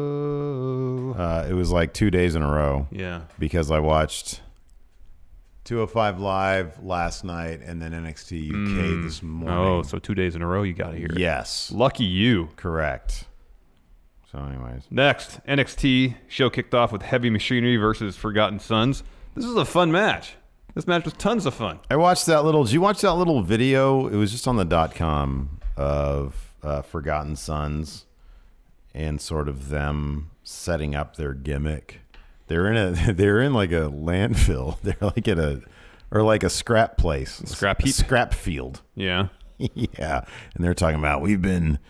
Speaker 11: row. Uh, it was like two days in a row.
Speaker 12: Yeah.
Speaker 11: Because I watched 205 Live last night and then NXT UK
Speaker 12: Mm.
Speaker 11: this morning.
Speaker 12: Oh, so two days in a row you got to hear. it.
Speaker 11: Yes.
Speaker 12: Lucky you.
Speaker 11: Correct. So, anyways.
Speaker 12: Next, NXT show kicked off with Heavy Machinery versus Forgotten Sons. This is a fun match. This match was tons of fun.
Speaker 11: I watched that little. Did you watch that little video? It was just on the dot com of uh, Forgotten Sons and sort of them setting up their gimmick. They're in a. They're in like a landfill. They're like in a or like a scrap place,
Speaker 12: scrap
Speaker 11: heap, scrap field.
Speaker 12: Yeah,
Speaker 11: yeah. And they're talking about we've been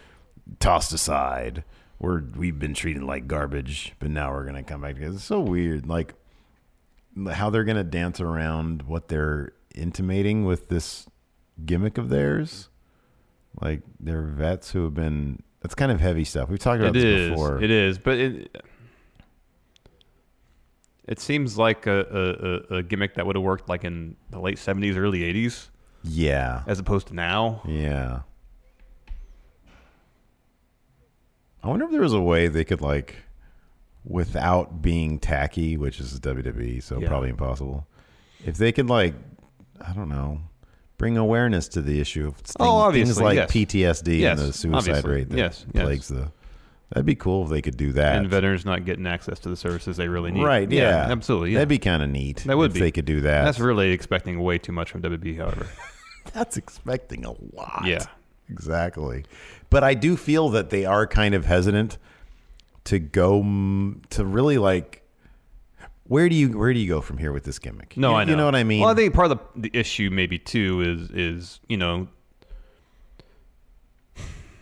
Speaker 11: tossed aside. We're we've been treated like garbage, but now we're gonna come back together. It's so weird. Like how they're going to dance around what they're intimating with this gimmick of theirs. Like they're vets who have been. That's kind of heavy stuff. We've talked about
Speaker 12: It
Speaker 11: this
Speaker 12: is.
Speaker 11: before.
Speaker 12: It is, but it it seems like a, a, a- a gimmick that would have worked like in the late seventies, early eighties,
Speaker 11: Yeah.
Speaker 12: as opposed to now.
Speaker 11: Yeah. I wonder if there was a way they could like, without being tacky, which is WWE, so
Speaker 12: Yeah.
Speaker 11: probably impossible. If they could like, I don't know, bring awareness to the issue of things,
Speaker 12: Oh,
Speaker 11: things
Speaker 12: obviously,
Speaker 11: like
Speaker 12: yes.
Speaker 11: PTSD
Speaker 12: Yes,
Speaker 11: and the suicide
Speaker 12: obviously.
Speaker 11: rate that
Speaker 12: Yes, yes.
Speaker 11: plagues the. That'd be cool if they could do that.
Speaker 12: And veterans not getting access to the services they really need.
Speaker 11: Right? Yeah,
Speaker 12: absolutely. yeah.
Speaker 11: That'd be kind of neat.
Speaker 12: That would
Speaker 11: if
Speaker 12: be.
Speaker 11: They could do that.
Speaker 12: That's really expecting way too much from WB, however.
Speaker 11: That's expecting a lot.
Speaker 12: Yeah.
Speaker 11: exactly. But I do feel that they are kind of hesitant to go mm, to really like. Where do you where do you go from here with this gimmick?
Speaker 12: No,
Speaker 11: you,
Speaker 12: I know.
Speaker 11: You know what I mean?
Speaker 12: Well, I think part of the, the issue maybe too is is you know,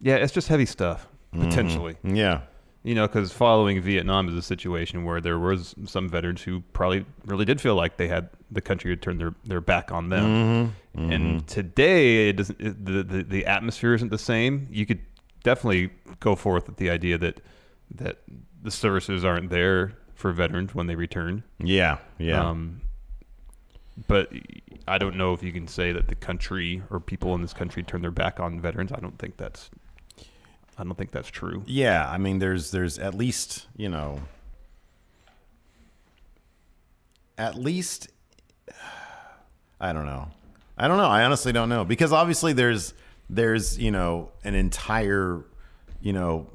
Speaker 12: yeah, it's just heavy stuff potentially.
Speaker 11: Mhm. Yeah.
Speaker 12: You know, because following Vietnam is a situation where there was some veterans who probably really did feel like they had the country had turned their, their back on them,
Speaker 11: Mhm. Mhm.
Speaker 12: and today it doesn't. It, the, the the atmosphere isn't the same. You could definitely go forth with the idea that that the services aren't there for veterans when they return.
Speaker 11: Yeah, yeah.
Speaker 12: Um, but I don't know if you can say that the country or people in this country turn their back on veterans. I don't think that's. I don't think that's true.
Speaker 11: Yeah, I mean, there's there's at least you know, at least I don't know, I don't know. I honestly don't know because obviously there's there's you know an entire you know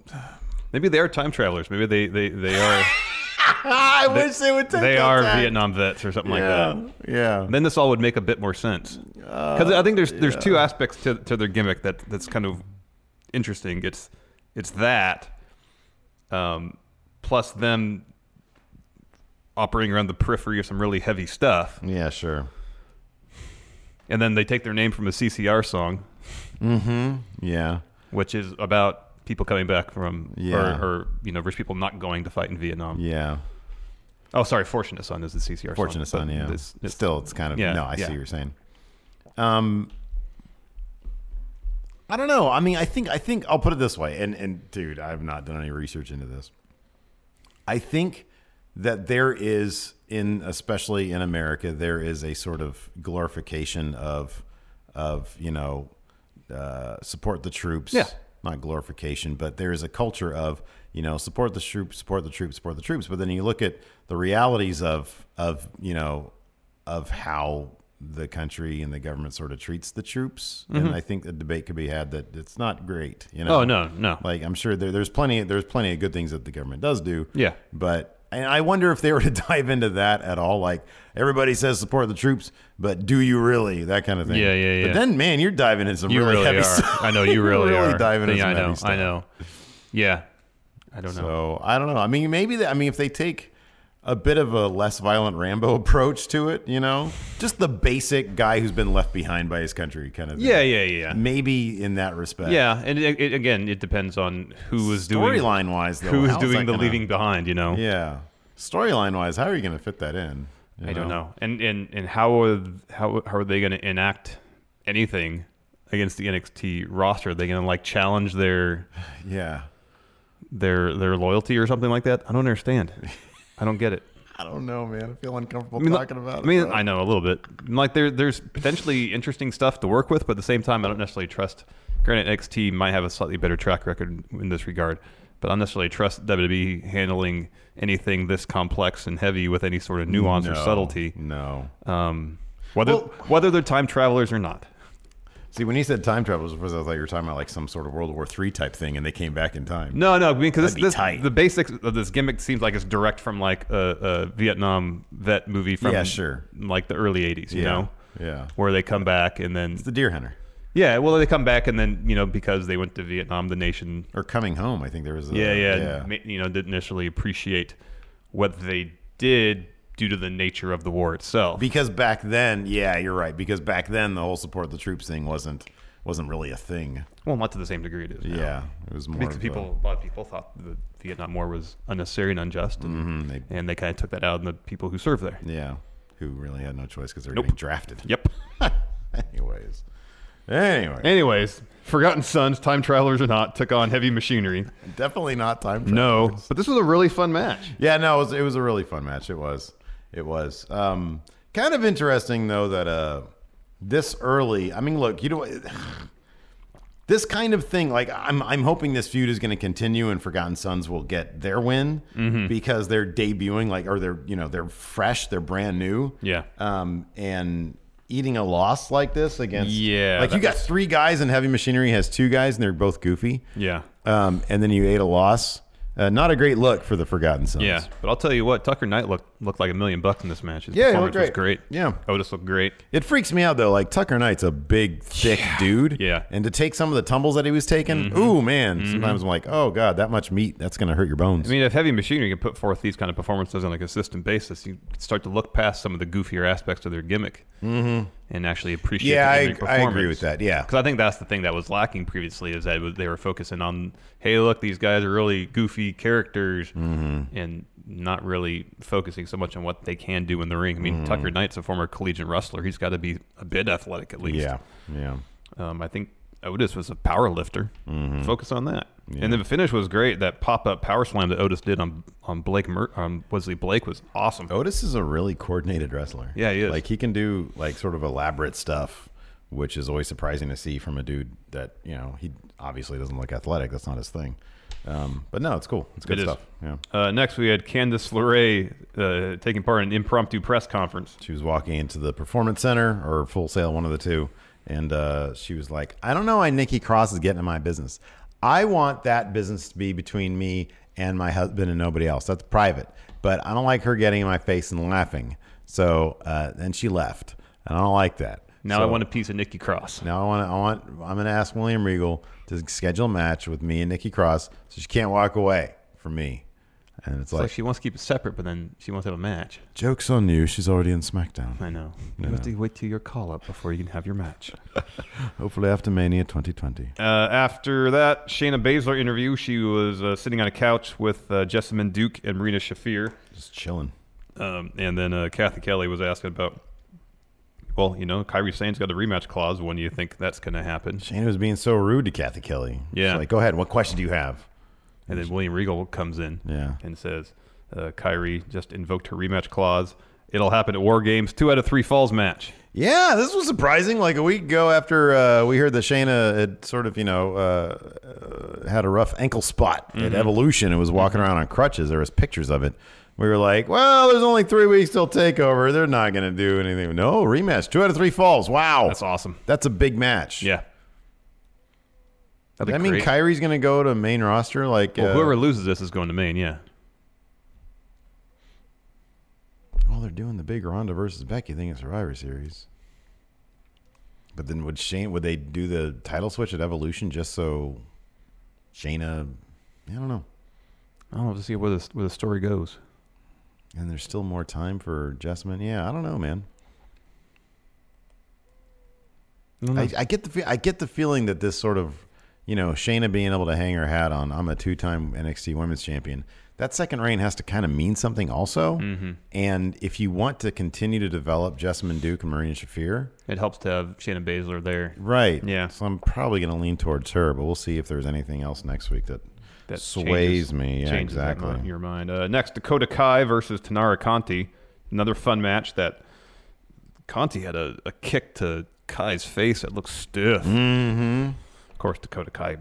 Speaker 12: maybe they are time travelers. Maybe they they they are.
Speaker 11: I
Speaker 12: they-
Speaker 11: wish they would take.
Speaker 12: They
Speaker 11: that
Speaker 12: are
Speaker 11: time.
Speaker 12: Vietnam vets or something like that.
Speaker 11: Yeah.
Speaker 12: Then this all would make a bit more sense. Because I think there's there's two aspects to, to their gimmick that that's kind of interesting. It's it's that, um, plus them operating around the periphery of some really heavy stuff.
Speaker 11: Yeah, sure.
Speaker 12: And then they take their name from a CCR song,
Speaker 11: Mm-hmm. Yeah.
Speaker 12: which is about people coming back from
Speaker 11: Yeah.
Speaker 12: or, or you know rich people not going to fight in Vietnam.
Speaker 11: Yeah.
Speaker 12: Oh, sorry. Fortunate Son is the CCR. song,
Speaker 11: Fortunate Son,
Speaker 12: but
Speaker 11: yeah.
Speaker 12: this-
Speaker 11: Still, it's kind of
Speaker 12: yeah,
Speaker 11: no. I see
Speaker 12: yeah.
Speaker 11: what you're saying. Um, I don't know. I mean, I think I think I'll put it this way, and and dude, I've not done any research into this. I think that there is in especially in America there is a sort of glorification of of you know uh, support the troops.
Speaker 12: Yeah.
Speaker 11: Not glorification, but there is a culture of you know support the troops, support the troops, support the troops. But then you look at the realities of of you know of how the country and the government sort of treats the troops,
Speaker 12: Mhm.
Speaker 11: and I think the debate could be had that it's not great. You know?
Speaker 12: Oh, no, no.
Speaker 11: Like I'm sure there, there's plenty there's plenty of good things that the government does do.
Speaker 12: Yeah.
Speaker 11: But and I wonder if they were to dive into that at all. Like everybody says support the troops, but do you really? That kind of thing.
Speaker 12: Yeah, yeah,
Speaker 11: But
Speaker 12: yeah.
Speaker 11: then, man, you're diving into some
Speaker 12: you
Speaker 11: really,
Speaker 12: really,
Speaker 11: heavy
Speaker 12: are.
Speaker 11: stuff.
Speaker 12: I know you
Speaker 11: You're
Speaker 12: really,
Speaker 11: really
Speaker 12: are.
Speaker 11: diving into
Speaker 12: yeah,
Speaker 11: some
Speaker 12: I know.
Speaker 11: heavy stuff.
Speaker 12: I know. Yeah, I don't know.
Speaker 11: So I don't know. I mean, maybe that. I mean, if they take a bit of a less violent Rambo approach to it, you know, just the basic guy who's been left behind by his country kind of. Thing.
Speaker 12: Yeah, yeah, yeah.
Speaker 11: Maybe in that respect.
Speaker 12: Yeah, and it, it, again, it depends on who was doing
Speaker 11: Storyline wise, though,
Speaker 12: who was
Speaker 11: how's
Speaker 12: doing
Speaker 11: that
Speaker 12: the
Speaker 11: gonna-
Speaker 12: leaving behind. You know.
Speaker 11: Yeah. Storyline wise, how are you going to fit that in? You
Speaker 12: I don't know. And and and how are how how are they going to enact anything against the NXT roster? Are they going to like challenge their
Speaker 11: yeah
Speaker 12: their their loyalty or something like that? I don't understand. I don't get it.
Speaker 11: I don't know, man. I feel uncomfortable
Speaker 12: I mean,
Speaker 11: talking about
Speaker 12: I
Speaker 11: it.
Speaker 12: mean,
Speaker 11: bro.
Speaker 12: I know a little bit. Like there, there's potentially interesting stuff to work with, but at the same time, I don't necessarily trust. Granted, XT might have a slightly better track record in this regard, but I don't necessarily trust WWE handling anything this complex and heavy with any sort of nuance or
Speaker 11: No,
Speaker 12: subtlety.
Speaker 11: No.
Speaker 12: Um, whether whether they're time travelers or not.
Speaker 11: See, when you said time travel, I thought you were talking about like some sort of World War III type thing, and they came back in time.
Speaker 12: No, no, because
Speaker 11: That'd be
Speaker 12: this,
Speaker 11: tight.
Speaker 12: the basics of this gimmick seems like it's direct from like a, a Vietnam vet movie from
Speaker 11: Yeah, sure.
Speaker 12: like the early '80s. You
Speaker 11: Yeah,
Speaker 12: know,
Speaker 11: yeah.
Speaker 12: where they come back and then it's
Speaker 11: the Deer Hunter.
Speaker 12: Yeah, well, they come back and then you know because they went to Vietnam, the nation
Speaker 11: or coming home. I think there was a,
Speaker 12: yeah, yeah,
Speaker 11: yeah.
Speaker 12: ma- you know, didn't initially appreciate what they did due to the nature of the war itself.
Speaker 11: Because back then, yeah, you're right. Because back then, the whole support the troops thing wasn't wasn't really a thing.
Speaker 12: Well, not to the same degree it is. now.
Speaker 11: Yeah, it was more
Speaker 12: because
Speaker 11: of a-
Speaker 12: people, a lot of people thought the Vietnam War was unnecessary and unjust, and, and Mm-hmm, they kind of took that out on the people who served there.
Speaker 11: Yeah, who really had no choice because they're
Speaker 12: Nope.
Speaker 11: getting drafted.
Speaker 12: Yep.
Speaker 11: Anyways, anyway,
Speaker 12: anyways, Forgotten Sons, time travelers or not, took on heavy machinery.
Speaker 11: Definitely not time.
Speaker 12: No, but this was a really fun match.
Speaker 11: Yeah, no, it was, it was a really fun match. It was. It was. Um, kind of interesting though that uh, this early. I mean, look, you know, what- this kind of thing. Like, I'm I'm hoping this feud is going to continue, and Forgotten Sons will get their win
Speaker 12: Mm-hmm.
Speaker 11: because they're debuting, like, or they're you know they're fresh, they're brand new.
Speaker 12: Yeah.
Speaker 11: Um, and eating a loss like this against
Speaker 12: Yeah,
Speaker 11: like you
Speaker 12: that
Speaker 11: got
Speaker 12: was-
Speaker 11: three guys and heavy machinery has two guys and they're both goofy
Speaker 12: Yeah.
Speaker 11: um, and then you ate a loss uh, not a great look for the forgotten sons
Speaker 12: Yeah, but I'll tell you what, Tucker Knight looked looked like a million bucks in this match. His
Speaker 11: Yeah, he
Speaker 12: performance
Speaker 11: looked
Speaker 12: was great.
Speaker 11: Yeah.
Speaker 12: Otis looked great.
Speaker 11: It freaks me out though. Like Tucker Knight's a big, thick dude.
Speaker 12: Yeah. Mm-hmm.
Speaker 11: And to take some of the tumbles that he was taking, ooh man. Sometimes I'm like, oh god, that much meat, that's gonna hurt your bones.
Speaker 12: I mean, if heavy machinery can put forth these kind of performances on a consistent basis, you start to look past some of the goofier aspects of their gimmick
Speaker 11: Mhm.
Speaker 12: and actually appreciate.
Speaker 11: Yeah,
Speaker 12: the
Speaker 11: I-
Speaker 12: gimmick
Speaker 11: I agree
Speaker 12: performance.
Speaker 11: with that, yeah.
Speaker 12: because I think that's the thing that was lacking previously is that it was- they were focusing on, hey, look, these guys are really goofy characters,
Speaker 11: Mm-hmm.
Speaker 12: and not really focusing so much on what they can do in the ring. I mean,
Speaker 11: Mhm.
Speaker 12: Tucker Knight's a former collegiate wrestler; he's got to be a bit athletic at least.
Speaker 11: Yeah, yeah.
Speaker 12: Um, I think Otis was a power lifter.
Speaker 11: Mhm.
Speaker 12: Focus on that.
Speaker 11: Yeah.
Speaker 12: And then the finish was great. That pop up power slam that Otis did on on Blake Mer- on Wesley Blake was awesome.
Speaker 11: Otis is a really coordinated wrestler.
Speaker 12: Yeah, he is.
Speaker 11: Like he can do like sort of elaborate stuff, which is always surprising to see from a dude that, you know, he obviously doesn't look athletic. That's not his thing. Um, but no, it's cool. It's good
Speaker 12: It is.
Speaker 11: stuff. Yeah.
Speaker 12: Uh, next, we had Candice LeRae uh, taking part in an impromptu press conference.
Speaker 11: She was walking into the performance center or full sale, one of the two, and uh, she was like, "I don't know why Nikki Cross is getting in my business. I want that business to be between me and my husband and nobody else. That's private. But I don't like her getting in my face and laughing. So uh, then she left, and I don't like that.
Speaker 12: Now
Speaker 11: So-
Speaker 12: I want a piece of Nikki Cross.
Speaker 11: now I want to. I want. I'm going to ask William Regal to schedule a match with me and Nikki Cross, so she can't walk away from me. And it's,
Speaker 12: It's like,
Speaker 11: like,
Speaker 12: she wants to keep it separate, but then she wants to have a match.
Speaker 11: jokes on you. She's already in SmackDown.
Speaker 12: I know. You
Speaker 11: You know.
Speaker 12: have to wait till your call up before you can have your match.
Speaker 11: Hopefully after Mania 2020.
Speaker 12: Uh, after that, Shayna Baszler interview. She was uh, sitting on a couch with uh, Jessamine Duke and Marina Shafir.
Speaker 11: Just chilling.
Speaker 12: Um, and then uh, Kathy Kelly was asking about, well, you know, Kyrie Sane's got a rematch clause. When do you think that's going to happen?
Speaker 11: Shayna was being so rude to Kathy Kelly. She's
Speaker 12: Yeah.
Speaker 11: like, go ahead. What question do you have?
Speaker 12: And then William Regal comes in
Speaker 11: Yeah.
Speaker 12: and says, uh, Kyrie just invoked her rematch clause. It'll happen at War Games, two out of three falls match.
Speaker 11: Yeah, this was surprising. Like a week ago, after uh, we heard that Shayna had sort of, you know, uh, uh, had a rough ankle spot at
Speaker 12: Mhm.
Speaker 11: Evolution and was walking around on crutches. There was pictures of it. We were like, well, there's only three weeks till Takeover. They're not going to do anything. No rematch. Two out of three falls. Wow,
Speaker 12: That's awesome.
Speaker 11: That's a big match.
Speaker 12: Yeah.
Speaker 11: Does
Speaker 12: That'd be
Speaker 11: that mean
Speaker 12: great.
Speaker 11: Kyrie's going to go to main roster? Like
Speaker 12: Well,
Speaker 11: uh,
Speaker 12: whoever loses this is going to Maine, yeah.
Speaker 11: Well, they're doing the big Ronda versus Becky thing at Survivor Series. But then would Shane would they do the title switch at Evolution just so Shayna? I don't know.
Speaker 12: I'll have to see where the where the story goes.
Speaker 11: And there's still more time for Jessamine. Yeah, I don't know, man. I, I get the fe- I get the feeling that this sort of you know Shayna being able to hang her hat on I'm a two time NXT Women's Champion that second reign has to kind of mean something also
Speaker 12: Mhm.
Speaker 11: and if you want to continue to develop Jessamine Duke and Marina Shafir
Speaker 12: It helps to have Shannon Baszler there.
Speaker 11: right yeah so I'm probably going to lean towards her but we'll see if there's anything else next week that
Speaker 12: That
Speaker 11: sways
Speaker 12: changes-
Speaker 11: me yeah
Speaker 12: changes that
Speaker 11: exactly
Speaker 12: mi- your mind. Uh, next, Dakota Kai versus Tanara Conti. Another fun match that Conti had a, a kick to Kai's face that looks stiff.
Speaker 11: Mm-hmm.
Speaker 12: Of course, Dakota Kai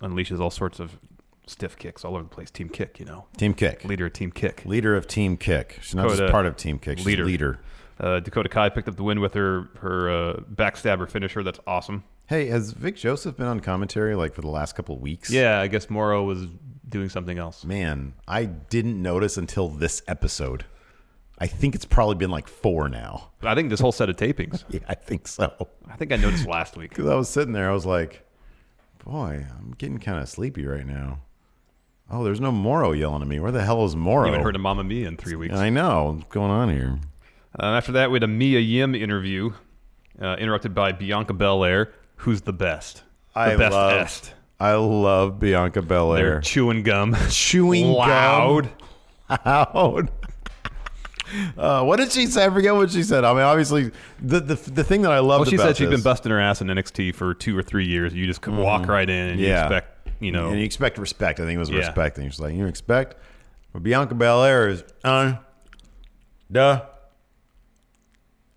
Speaker 12: unleashes all sorts of stiff kicks all over the place. Team kick, you know.
Speaker 11: Team Kick
Speaker 12: leader of Team Kick
Speaker 11: leader of Team Kick she's not just
Speaker 12: Dakota-
Speaker 11: part of Team Kick she's leader, leader.
Speaker 12: Uh, Dakota Kai picked up the win with her her uh, backstabber finisher. That's awesome.
Speaker 11: Hey, has Vic Joseph been on commentary like for the last couple weeks?
Speaker 12: Yeah, I guess Morrow was doing something else.
Speaker 11: Man, I didn't notice until this episode. I think it's probably been like four now.
Speaker 12: I think this whole set of tapings.
Speaker 11: yeah, I think so.
Speaker 12: I think I noticed last week.
Speaker 11: Because I was sitting there, I was like, boy, I'm getting kind of sleepy right now. Oh, there's no Morrow yelling at me. Where the hell is Morrow?
Speaker 12: You haven't heard of Mamma Mia in three weeks.
Speaker 11: I know. What's going on here?
Speaker 12: Uh, after that, we had a Mia Yim interview, uh, interrupted by Bianca Belair, who's the best. The
Speaker 11: I
Speaker 12: best
Speaker 11: love-
Speaker 12: est.
Speaker 11: I love Bianca Belair.
Speaker 12: They're chewing gum.
Speaker 11: Chewing gum.
Speaker 12: Loud.
Speaker 11: Loud. Uh, what did she say? I forget what she said. I mean, obviously, the the, the thing that I loved
Speaker 12: Well, she
Speaker 11: about
Speaker 12: said she's
Speaker 11: this-
Speaker 12: been busting her ass in NXT for two or three years. You just could walk
Speaker 11: Mhm.
Speaker 12: right in and you expect, you know.
Speaker 11: and you expect respect. I think it was
Speaker 12: Yeah.
Speaker 11: respect. And she's like, you expect, but Bianca Belair is uh, on the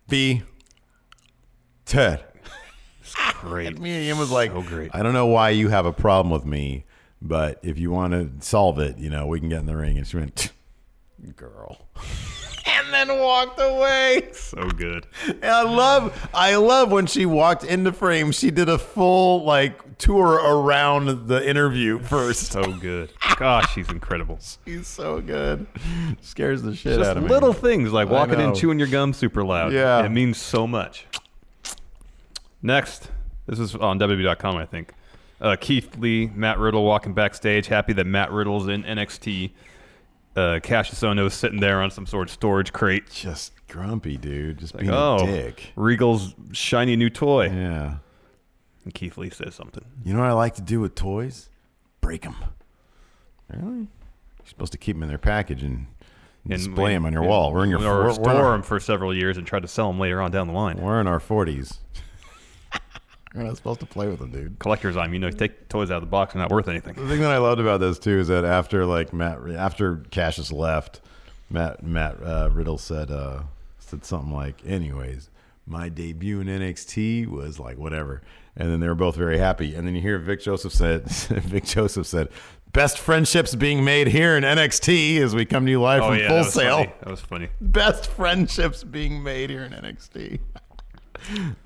Speaker 11: B Ted.
Speaker 12: Great.
Speaker 11: And me and Ian was like,
Speaker 12: so great.
Speaker 11: I don't know why you have a problem with me, but if you want to solve it, you know, we can get in the ring. And she went, girl. and then walked away.
Speaker 12: So good.
Speaker 11: And I love, I love when she walked into frame. She did a full like tour around the interview first.
Speaker 12: So good. Gosh, she's incredible.
Speaker 11: She's so good. Scares the shit
Speaker 12: Just
Speaker 11: out of me.
Speaker 12: little things like
Speaker 11: I
Speaker 12: walking in,
Speaker 11: know.
Speaker 12: chewing your gum super loud.
Speaker 11: Yeah.
Speaker 12: It means so much. Next, this is on WWE.com, I think. Uh, Keith Lee, Matt Riddle walking backstage, happy that Matt Riddle's in NXT. Uh, Cassius Ohno sitting there on some sort of storage crate.
Speaker 11: Just grumpy, dude. Just
Speaker 12: like,
Speaker 11: being a
Speaker 12: oh,
Speaker 11: dick."
Speaker 12: Regal's shiny new toy.
Speaker 11: Yeah.
Speaker 12: And Keith Lee says something.
Speaker 11: You know what I like to do with toys? Break them. Really? You're supposed to keep them in their package and,
Speaker 12: And
Speaker 11: display
Speaker 12: we-
Speaker 11: them on your
Speaker 12: yeah,
Speaker 11: wall. We're in your
Speaker 12: or
Speaker 11: we're,
Speaker 12: store them for several years and try to sell them later on down the line.
Speaker 11: We're in our forties. We're not supposed to play with them, dude.
Speaker 12: Collector's eye. You know, take toys out of the box; they're not worth anything.
Speaker 11: The thing that I loved about this too is that after like Matt after Cassius left, Matt Matt uh, Riddle said uh, said something like, "Anyways, my debut in NXT was like whatever," and then they were both very happy. And then you hear Vic Joseph said Vic Joseph said, "Best friendships being made here in NXT as we come to you live
Speaker 12: oh
Speaker 11: from
Speaker 12: yeah, that
Speaker 11: Full
Speaker 12: was
Speaker 11: Sail."
Speaker 12: funny. That was funny.
Speaker 11: Best friendships being made here in NXT.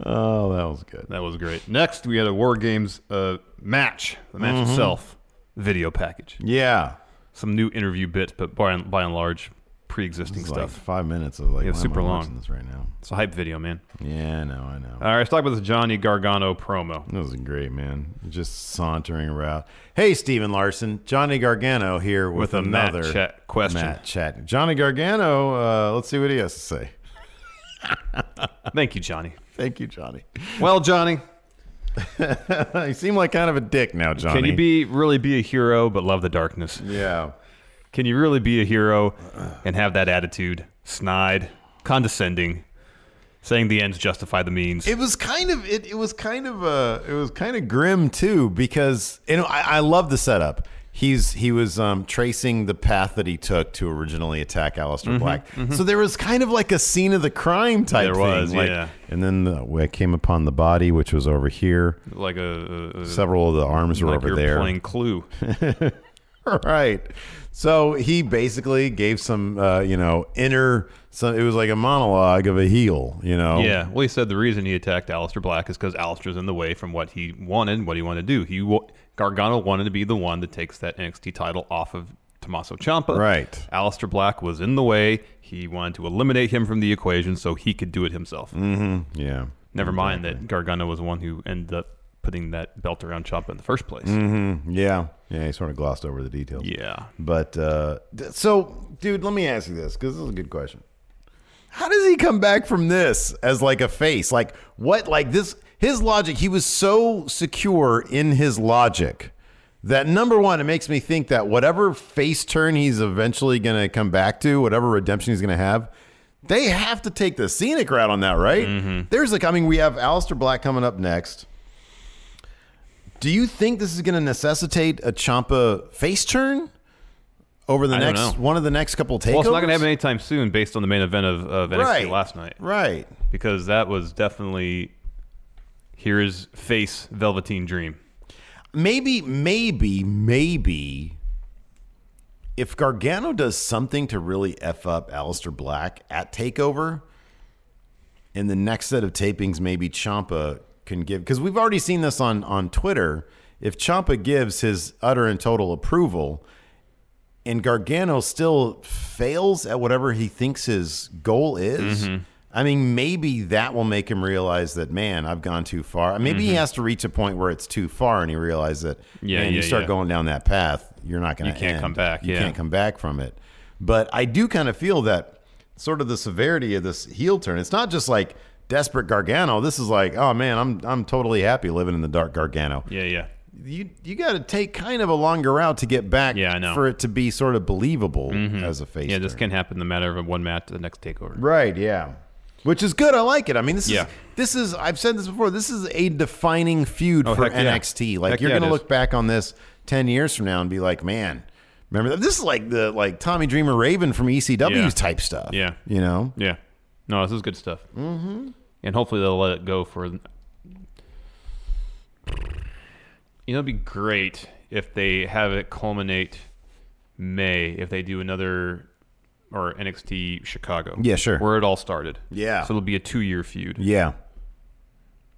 Speaker 11: Oh, that was good.
Speaker 12: That was great. Next, we had a War Games uh, match. The match
Speaker 11: Mhm.
Speaker 12: itself, video package.
Speaker 11: Yeah,
Speaker 12: some new interview bits, but by and, by and large, pre-existing
Speaker 11: This is like
Speaker 12: stuff.
Speaker 11: five minutes of like
Speaker 12: yeah,
Speaker 11: why am
Speaker 12: super
Speaker 11: I watching
Speaker 12: long.
Speaker 11: this right now.
Speaker 12: It's a hype video, man.
Speaker 11: Yeah, I know, I know.
Speaker 12: All right, let's talk about this Johnny Gargano promo.
Speaker 11: That was great, man. Just sauntering around. Hey, Steven Larson, Johnny Gargano here with,
Speaker 12: With a Matt
Speaker 11: another
Speaker 12: Chat question.
Speaker 11: Matt Chat. Johnny Gargano, uh, let's see what he has to say.
Speaker 12: Thank you, Johnny.
Speaker 11: Thank you, Johnny.
Speaker 12: Well, Johnny,
Speaker 11: you seem like kind of a dick now, Johnny.
Speaker 12: Can you be really be a hero but love the darkness?
Speaker 11: Yeah.
Speaker 12: Can you really be a hero and have that attitude, snide, condescending, saying the ends justify the means?
Speaker 11: It was kind of it, it was kind of uh it was kind of grim too because you know I, I love the setup. He's he was um, tracing the path that he took to originally attack Aleister
Speaker 12: Mhm,
Speaker 11: Black.
Speaker 12: mhm.
Speaker 11: So there was kind of like a scene of the crime type
Speaker 12: There
Speaker 11: thing.
Speaker 12: was,
Speaker 11: like-
Speaker 12: yeah.
Speaker 11: And then the, I came upon the body, which was over here.
Speaker 12: like a, a- a-
Speaker 11: Several of the arms were
Speaker 12: like
Speaker 11: over
Speaker 12: you're
Speaker 11: there.
Speaker 12: Playing Clue.
Speaker 11: right. So he basically gave some, uh, you know, inner. So it was like a monologue of a heel, you know.
Speaker 12: Yeah. Well, he said the reason he attacked Aleister Black is because Aleister's in the way from what he wanted, what he wanted to do. He wa- Gargano wanted to be the one that takes that NXT title off of Tommaso Ciampa.
Speaker 11: Right.
Speaker 12: Aleister Black was in the way. He wanted to eliminate him from the equation so he could do it himself.
Speaker 11: Mm-hmm. Yeah.
Speaker 12: Never mind that Gargano was the one who ended up putting that belt around Ciampa in the first place.
Speaker 11: Mm-hmm. Yeah. Yeah, he sort of glossed over the details.
Speaker 12: Yeah.
Speaker 11: But uh, d- so, dude, let me ask you this because this is a good question. How does he come back from this as like a face? Like, what, like this, his logic, he was so secure in his logic that number one, it makes me think that whatever face turn he's eventually going to come back to, whatever redemption he's going to have, they have to take the scenic route on that, right?
Speaker 12: Mm-hmm.
Speaker 11: There's like, I mean, we have Alistair Black coming up next. Do you think this is going to necessitate a Champa face turn over the
Speaker 12: I don't
Speaker 11: next
Speaker 12: know.
Speaker 11: one of the next couple takeovers?
Speaker 12: Well, it's not going to happen anytime soon, based on the main event of, of NXT
Speaker 11: Right.
Speaker 12: last night.
Speaker 11: Right.
Speaker 12: Because that was definitely here's face Velveteen Dream.
Speaker 11: Maybe, maybe, maybe if Gargano does something to really F up Alistair Black at TakeOver, in the next set of tapings, maybe Champa can give because we've already seen this on on Twitter. If Champa gives his utter and total approval, and Gargano still fails at whatever he thinks his goal is,
Speaker 12: Mhm.
Speaker 11: I mean, maybe that will make him realize that man, I've gone too far. Maybe he
Speaker 12: Mhm.
Speaker 11: has to reach a point where it's too far, and he realizes that
Speaker 12: Yeah,
Speaker 11: man, you
Speaker 12: yeah,
Speaker 11: start
Speaker 12: yeah.
Speaker 11: going down that path, you're not going to.
Speaker 12: You can't come back,
Speaker 11: You
Speaker 12: yeah.
Speaker 11: can't come back from it. But I do kind of feel that sort of the severity of this heel turn. It's not just like desperate Gargano. This is like, oh man, I'm I'm totally happy living in the dark Gargano.
Speaker 12: Yeah, yeah.
Speaker 11: You you got to take kind of a longer route to get back. Yeah, I
Speaker 12: know. Mm-hmm.
Speaker 11: For it to be sort of believable as a face.
Speaker 12: yeah, this can happen in the matter of one match to the next takeover.
Speaker 11: Right. Yeah. Which is good. I like it. I mean, this is
Speaker 12: Yeah.
Speaker 11: this is I've said this before. This is a defining feud
Speaker 12: Oh,
Speaker 11: for
Speaker 12: heck yeah.
Speaker 11: NXT. Like
Speaker 12: Heck
Speaker 11: you're
Speaker 12: yeah, it
Speaker 11: gonna
Speaker 12: is.
Speaker 11: look back on this ten years from now and be like, man, remember that? This is like the like Tommy Dreamer Raven from ECW
Speaker 12: Yeah.
Speaker 11: type stuff.
Speaker 12: Yeah.
Speaker 11: You know.
Speaker 12: Yeah. No, this is good stuff.
Speaker 11: Mhm.
Speaker 12: And hopefully they'll let it go for. You know, it'd be great if they have it culminate May if they do another or NXT Chicago.
Speaker 11: Yeah, sure.
Speaker 12: Where it all started.
Speaker 11: Yeah.
Speaker 12: So it'll be a two-year feud.
Speaker 11: Yeah.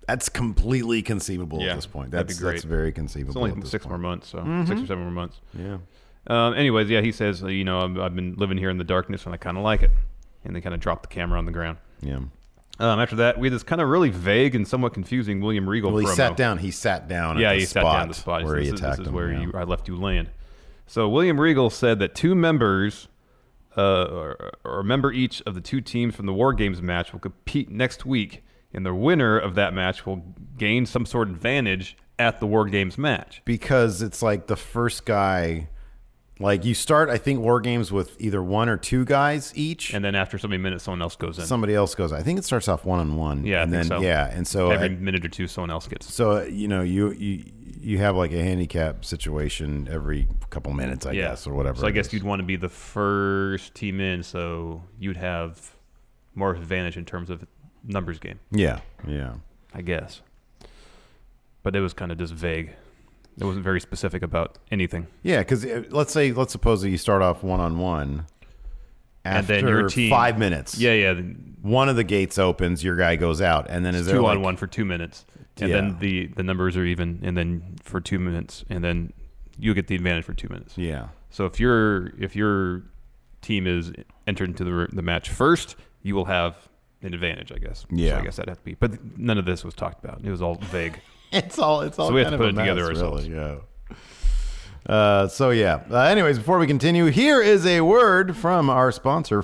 Speaker 11: That's completely conceivable at this point.
Speaker 12: that'd
Speaker 11: That's
Speaker 12: be great.
Speaker 11: that's very conceivable.
Speaker 12: It's
Speaker 11: at
Speaker 12: only
Speaker 11: this
Speaker 12: six
Speaker 11: point.
Speaker 12: more months, so
Speaker 11: Mhm.
Speaker 12: six or seven more months.
Speaker 11: Yeah.
Speaker 12: Um, anyways, yeah, he says, you know, I've, I've been living here in the darkness, and I kind of like it. And they kind of drop the camera on the ground.
Speaker 11: Yeah.
Speaker 12: Um, after that, we had this kind of really vague and somewhat confusing William Regal.
Speaker 11: Well, he
Speaker 12: promo.
Speaker 11: sat down. He sat down.
Speaker 12: Yeah,
Speaker 11: at the
Speaker 12: he
Speaker 11: spot
Speaker 12: sat down at the spot He
Speaker 11: where
Speaker 12: said,
Speaker 11: he
Speaker 12: this is-
Speaker 11: attacked
Speaker 12: This is
Speaker 11: him.
Speaker 12: where
Speaker 11: yeah.
Speaker 12: you, I left you land. So William Regal said that two members, uh, or, or a member each of the two teams from the War Games match, will compete next week, and the winner of that match will gain some sort of advantage at the War Games match.
Speaker 11: because it's like the first guy like you start i think war games with either one or two guys each
Speaker 12: And then after so many minutes, someone else goes in.
Speaker 11: somebody else goes i think it starts off one on one
Speaker 12: yeah, I
Speaker 11: and
Speaker 12: think
Speaker 11: then
Speaker 12: so.
Speaker 11: yeah and so
Speaker 12: every
Speaker 11: I-
Speaker 12: minute or two, someone else gets.
Speaker 11: so uh, you know you you you have like a handicap situation every couple minutes i
Speaker 12: yeah.
Speaker 11: guess or whatever
Speaker 12: So I
Speaker 11: it
Speaker 12: guess
Speaker 11: is.
Speaker 12: you'd want to be the first team in, so you'd have more advantage in terms of numbers game.
Speaker 11: yeah yeah
Speaker 12: I guess. But it was kind of just vague. It wasn't very specific about anything.
Speaker 11: yeah because let's say let's suppose that you start off one on one
Speaker 12: And
Speaker 11: after
Speaker 12: then your team-
Speaker 11: five minutes
Speaker 12: Yeah, yeah.
Speaker 11: one of the gates opens your guy goes out and then is
Speaker 12: It's
Speaker 11: there
Speaker 12: two
Speaker 11: like,
Speaker 12: on one for two minutes, and
Speaker 11: Yeah.
Speaker 12: then the the numbers are even, and then for two minutes, and then you get the advantage for two minutes.
Speaker 11: Yeah.
Speaker 12: So if your if your team is entered into the the match first, you will have an advantage, I guess. So
Speaker 11: Yeah.
Speaker 12: I guess that'd have to be. But none of this was talked about. It was all vague.
Speaker 11: it's all it's all
Speaker 12: So we have
Speaker 11: kind
Speaker 12: to
Speaker 11: of
Speaker 12: put
Speaker 11: a
Speaker 12: it together
Speaker 11: mess,
Speaker 12: ourselves.
Speaker 11: Really, yeah. Uh, so yeah. Uh, anyways, before we continue, here is a word from our sponsor,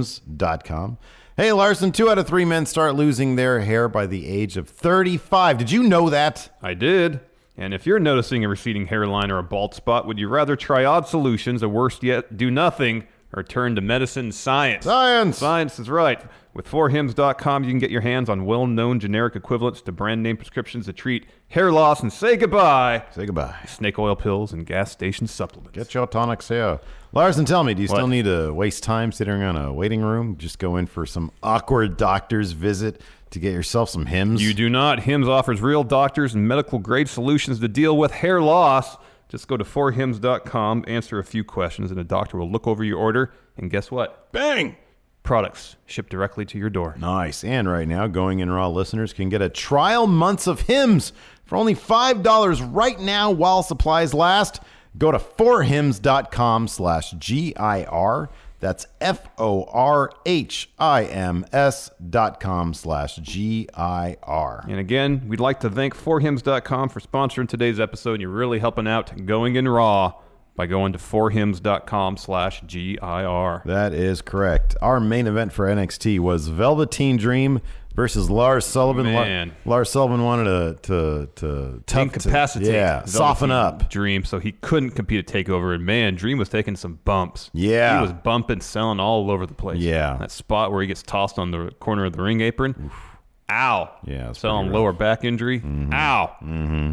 Speaker 11: forhims.com. Hey Larson, two out of three men start losing their hair by the age of 35. Did you know that?
Speaker 12: I did. And if you're noticing a receding hairline or a bald spot, would you rather try odd solutions, or worse yet, do nothing, or turn to medicine and science?
Speaker 11: Science!
Speaker 12: Science is right. With 4hims.com, you can get your hands on well known generic equivalents to brand name prescriptions to treat hair loss and say goodbye.
Speaker 11: Say goodbye.
Speaker 12: Snake oil pills and gas station supplements.
Speaker 11: Get your tonics here. Larson, tell me, do you still
Speaker 12: What?
Speaker 11: need to waste time sitting on a waiting room? Just go in for some awkward doctor's visit to get yourself some hymns?
Speaker 12: You do not. Hims offers real doctors and medical grade solutions to deal with hair loss. Just go to 4hims.com, answer a few questions, and a doctor will look over your order. And guess what? Bang! Products shipped directly to your door.
Speaker 11: Nice. And right now, Going In Raw listeners can get a trial months of hymns for only $5 right now while supplies last. Go to 4hymns.com slash G-I-R. That's F O R H I M S dot com slash G I R.
Speaker 12: And again, we'd like to thank 4hims.com for sponsoring today's episode. You're really helping out Going in Raw by going to 4hims.com slash G-I-R.
Speaker 11: That is correct. Our main event for NXT was Velveteen Dream versus Lars Sullivan. La-
Speaker 12: Man.
Speaker 11: Lars Sullivan wanted to to to tough to-
Speaker 12: Incapacitate.
Speaker 11: yeah, soften
Speaker 12: Velveteen
Speaker 11: up.
Speaker 12: Dream, so he couldn't compete at Takeover. And man, Dream was taking some bumps.
Speaker 11: Yeah.
Speaker 12: he was bumping, selling all over the place.
Speaker 11: Yeah.
Speaker 12: that spot where he gets tossed on the corner of the ring apron. Ow.
Speaker 11: Yeah, it's
Speaker 12: selling
Speaker 11: pretty rough.
Speaker 12: lower back injury. Ow.
Speaker 11: Mm-hmm.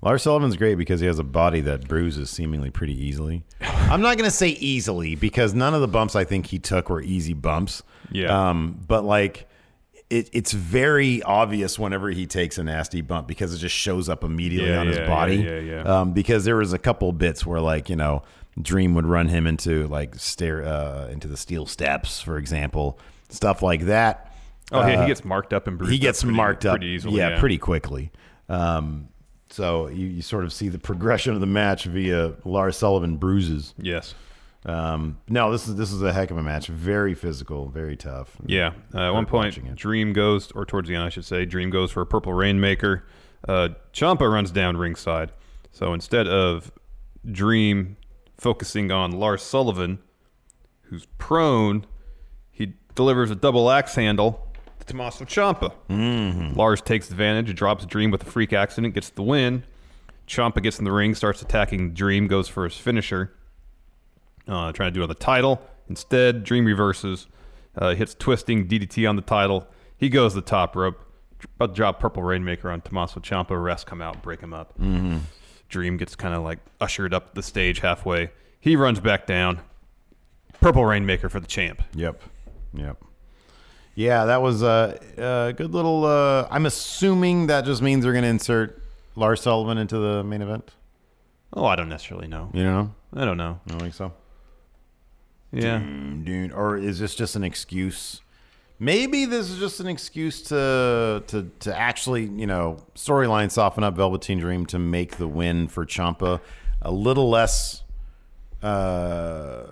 Speaker 11: Lars Sullivan's great because he has a body that bruises seemingly pretty easily. I'm not going to say easily because none of the bumps I think he took were easy bumps.
Speaker 12: Yeah.
Speaker 11: Um, but like, it, it's very obvious whenever he takes a nasty bump because it just shows up immediately
Speaker 12: Yeah,
Speaker 11: on his
Speaker 12: yeah,
Speaker 11: body.
Speaker 12: yeah, yeah, yeah.
Speaker 11: Um, because there was a couple bits where like you know Dream would run him into like stair uh, into the steel steps, for example, stuff like that.
Speaker 12: Oh, yeah, he
Speaker 11: Uh,
Speaker 12: gets marked up and bruised
Speaker 11: He
Speaker 12: up
Speaker 11: gets
Speaker 12: pretty-
Speaker 11: marked up
Speaker 12: pretty easily, yeah.
Speaker 11: pretty quickly. Um, so you, you sort of see the progression of the match via Lars Sullivan bruises.
Speaker 12: Yes.
Speaker 11: Um, no, this is this is a heck of a match. Very physical, very tough.
Speaker 12: Yeah. Uh, at one point, Dream goes, or towards the end, I should say, Dream goes for a purple rainmaker. Uh, Champa runs down ringside. So instead of Dream focusing on Lars Sullivan, who's prone, he delivers a double axe handle to Tommaso Ciampa. Lars takes advantage, drops Dream with a freak accident, gets the win. Ciampa gets in the ring, starts attacking Dream, goes for his finisher uh, trying to do it on the title. Instead, Dream reverses, uh, hits twisting DDT on the title. He goes the top rope, dr- about to drop Purple Rainmaker on Tommaso Ciampa. Refs come out, break him up.
Speaker 11: Mhm.
Speaker 12: Dream gets kind of like ushered up the stage halfway. He runs back down. Purple Rainmaker for the champ.
Speaker 11: Yep. Yep. Yeah, that was a, a good little. Uh, I'm assuming that just means they're going to insert Lars Sullivan into the main event.
Speaker 12: Oh, I don't necessarily know.
Speaker 11: You know?
Speaker 12: I don't know.
Speaker 11: I don't think so.
Speaker 12: Yeah.
Speaker 11: Dun, dun. Or is this just an excuse? Maybe this is just an excuse to to to actually, you know, storyline soften up Velveteen Dream to make the win for Champa a little less uh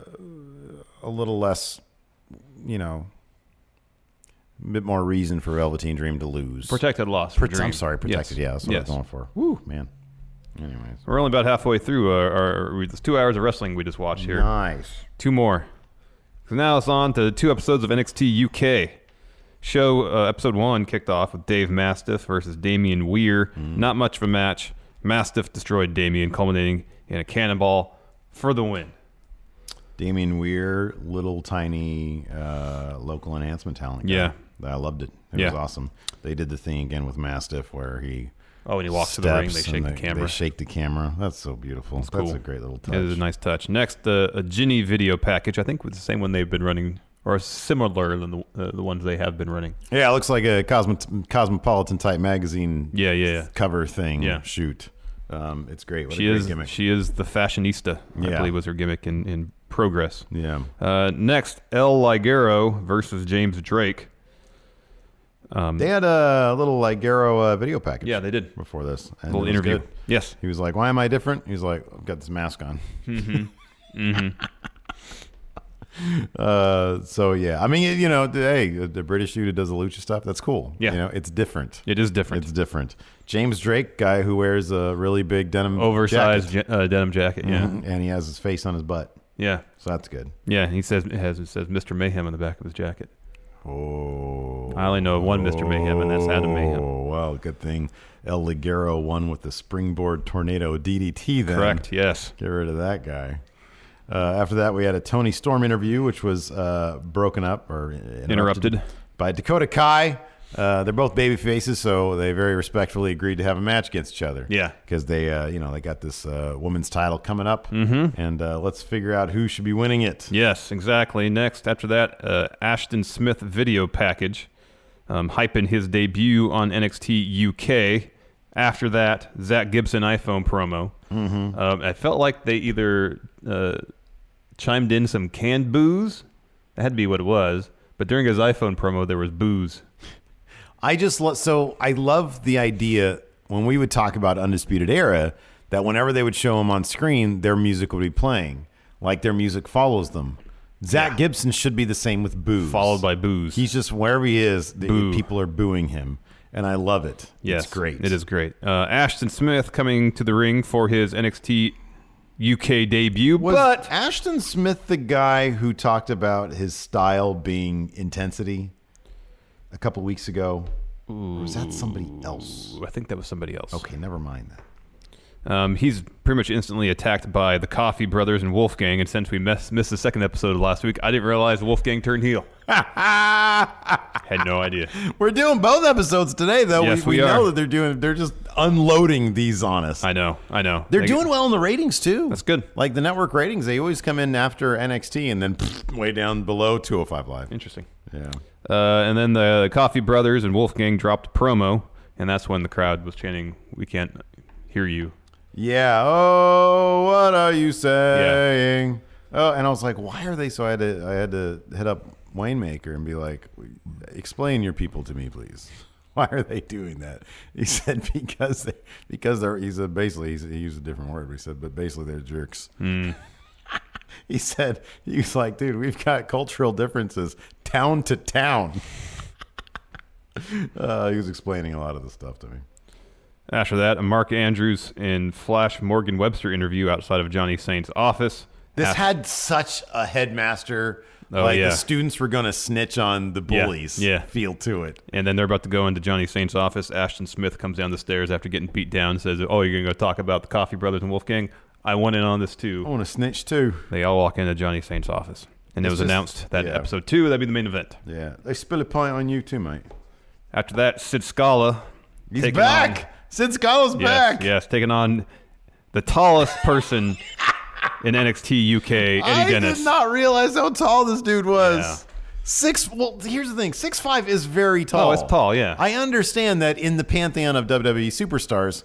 Speaker 11: a little less, you know, a bit more reason for Velveteen Dream to lose.
Speaker 12: Protected loss for
Speaker 11: Prote- I'm
Speaker 12: Dream.
Speaker 11: sorry, protected.
Speaker 12: Yes.
Speaker 11: Yeah, that's what
Speaker 12: Yes.
Speaker 11: I'm going for. Woo, man. Anyways.
Speaker 12: We're only about halfway through uh, our, our, we- it's two hours of wrestling we just watched here.
Speaker 11: Nice.
Speaker 12: Two more. So now it's on to two episodes of NXT UK. Show uh, episode one kicked off with Dave Mastiff versus Damian Weir.
Speaker 11: Mm.
Speaker 12: Not much of a match. Mastiff destroyed Damian, culminating in a cannonball for the win.
Speaker 11: Damien Weir, little tiny uh, local enhancement talent. guy.
Speaker 12: Yeah.
Speaker 11: I loved it. It
Speaker 12: Yeah.
Speaker 11: was awesome. They did the thing again with Mastiff where he.
Speaker 12: Oh, and he walks to the ring, they
Speaker 11: steps
Speaker 12: shake
Speaker 11: and
Speaker 12: the camera.
Speaker 11: They shake the camera. That's so beautiful. That's,
Speaker 12: It's cool.
Speaker 11: a great little touch.
Speaker 12: It is a nice touch. Next, uh, a Ginny video package. I think was the same one they've been running, or similar than the, uh, the ones they have been running.
Speaker 11: Yeah, it looks like a cosmo- cosmopolitan type magazine.
Speaker 12: Yeah, yeah, yeah.
Speaker 11: Cover thing.
Speaker 12: Yeah.
Speaker 11: Shoot. Um, it's great. What
Speaker 12: she
Speaker 11: a great
Speaker 12: is
Speaker 11: gimmick.
Speaker 12: she is the fashionista.
Speaker 11: Yeah.
Speaker 12: I believe was her gimmick in, in progress.
Speaker 11: Yeah.
Speaker 12: Uh, next, El Ligero versus James Drake. Um,
Speaker 11: They had a little like Garo uh, video package.
Speaker 12: Yeah, they did
Speaker 11: before this and
Speaker 12: Little
Speaker 11: it was
Speaker 12: interview.
Speaker 11: good.
Speaker 12: Yes.
Speaker 11: He was like, "Why am I different?" He's like, "I've got this mask on."
Speaker 12: Mhm. Mhm.
Speaker 11: uh, so yeah, I mean, you know, the- hey, the the British dude who does the lucha stuff, that's cool.
Speaker 12: Yeah.
Speaker 11: you know, it's different.
Speaker 12: It is different.
Speaker 11: It's different. James Drake, guy who wears a really big denim
Speaker 12: oversized
Speaker 11: jacket.
Speaker 12: ja- uh, denim jacket. Yeah,
Speaker 11: Mhm, and he has his face on his butt.
Speaker 12: yeah,
Speaker 11: so that's good.
Speaker 12: yeah. He says it has it says Mr. Mayhem on the back of his jacket.
Speaker 11: Oh,
Speaker 12: I only know one Mr. Ah, Mayhem, and that's Adam Mayhem.
Speaker 11: Oh well, good thing El Ligero won with the springboard tornado DDT. Then
Speaker 12: Correct, Yes.
Speaker 11: Get rid of that guy. Uh, after that, we had a Tony Storm interview, which was uh, broken up or interrupted,
Speaker 12: Interrupted.
Speaker 11: by Dakota Kai. Uh, they're both baby faces, so they very respectfully agreed to have a match against each other.
Speaker 12: Yeah.
Speaker 11: because they, uh, you know, they got this uh, women's title coming up, mm-hmm. and uh, let's figure out who should be winning it.
Speaker 12: Yes, exactly. Next, after that, uh, Ashton Smith video package, um, hyping his debut on NXT UK. After that, Zach Gibson iPhone promo. Mm-hmm. Um, I felt like they either uh, chimed in some canned booze, that had to be what it was, but during his iPhone promo, there was booze.
Speaker 11: I just lo- so I love the idea when we would talk about Undisputed Era that whenever they would show them on screen, their music would be playing, like their music follows them. Zach Gibson should be the same with booze, followed by booze. He's just wherever he is, the-
Speaker 12: Boo.
Speaker 11: people are booing him, and I love it.
Speaker 12: Yes,
Speaker 11: it's great.
Speaker 12: It is great. Uh, Ashton Smith coming to the ring for his NXT UK debut.
Speaker 11: Was
Speaker 12: but
Speaker 11: Ashton Smith the guy who talked about his style being intensity a couple weeks ago? Or was that somebody else?
Speaker 12: I think that was somebody else.
Speaker 11: Okay, never mind that.
Speaker 12: um, he's pretty much instantly attacked by the Coffee Brothers and Wolfgang. And since we mess- missed the second episode of last week, I didn't realize Wolfgang turned heel. Had no idea.
Speaker 11: We're doing both episodes today, though.
Speaker 12: Yes,
Speaker 11: we,
Speaker 12: we are.
Speaker 11: know that they're doing. They're just unloading these on us.
Speaker 12: I know. I know.
Speaker 11: They're
Speaker 12: They-
Speaker 11: doing well in the ratings too. That's
Speaker 12: good.
Speaker 11: Like the network ratings, they always come in after NXT and then way down below 205 Live.
Speaker 12: Interesting.
Speaker 11: Yeah.
Speaker 12: Uh, and then the Coffee Brothers and Wolfgang dropped a promo, and that's when the crowd was chanting, "We can't hear you."
Speaker 11: Yeah. Oh, what are you saying? Oh, and I was like, why are they? So I had to. I had to hit up Winemaker and be like, explain your people to me, please. Why are they doing that? He said because they because they're. He said basically he said- he used a different word. But he said, but basically they're jerks. he said he was like, dude, we've got cultural differences town to town. uh, he was explaining a lot of the stuff to me.
Speaker 12: After that, a Mark Andrews and Flash Morgan Webster interview outside of Johnny Saint's office.
Speaker 11: This
Speaker 12: Ash-
Speaker 11: had such a headmaster.
Speaker 12: Oh,
Speaker 11: like
Speaker 12: yeah.
Speaker 11: the students were going to snitch on the
Speaker 12: Yeah,
Speaker 11: bullies.
Speaker 12: yeah.
Speaker 11: feel to it.
Speaker 12: And then they're about to go into Johnny Saint's office. Ashton Smith comes down the stairs after getting beat down and says, Oh, you're going to go talk about the Coffee Brothers and Wolfgang? I want in on this too. I
Speaker 11: want to snitch too.
Speaker 12: They all walk into Johnny Saint's office. And
Speaker 11: Oh.
Speaker 12: it
Speaker 11: It's
Speaker 12: was
Speaker 11: just-
Speaker 12: announced that
Speaker 11: yeah.
Speaker 12: episode two, that'd be the main event.
Speaker 11: Yeah. They spill a pint on you too, mate.
Speaker 12: After that, Sid Scala.
Speaker 11: He's
Speaker 12: taking
Speaker 11: back.
Speaker 12: on-
Speaker 11: Sid Scala's
Speaker 12: Yes,
Speaker 11: back.
Speaker 12: Yes, taking on the tallest person in NXT UK, Eddie
Speaker 11: I
Speaker 12: Dennis.
Speaker 11: did not realize how tall this dude was.
Speaker 12: Yeah.
Speaker 11: Six. Well, here's the thing. Six five is very tall.
Speaker 12: Oh, it's tall, yeah.
Speaker 11: I understand that in the pantheon of WWE superstars,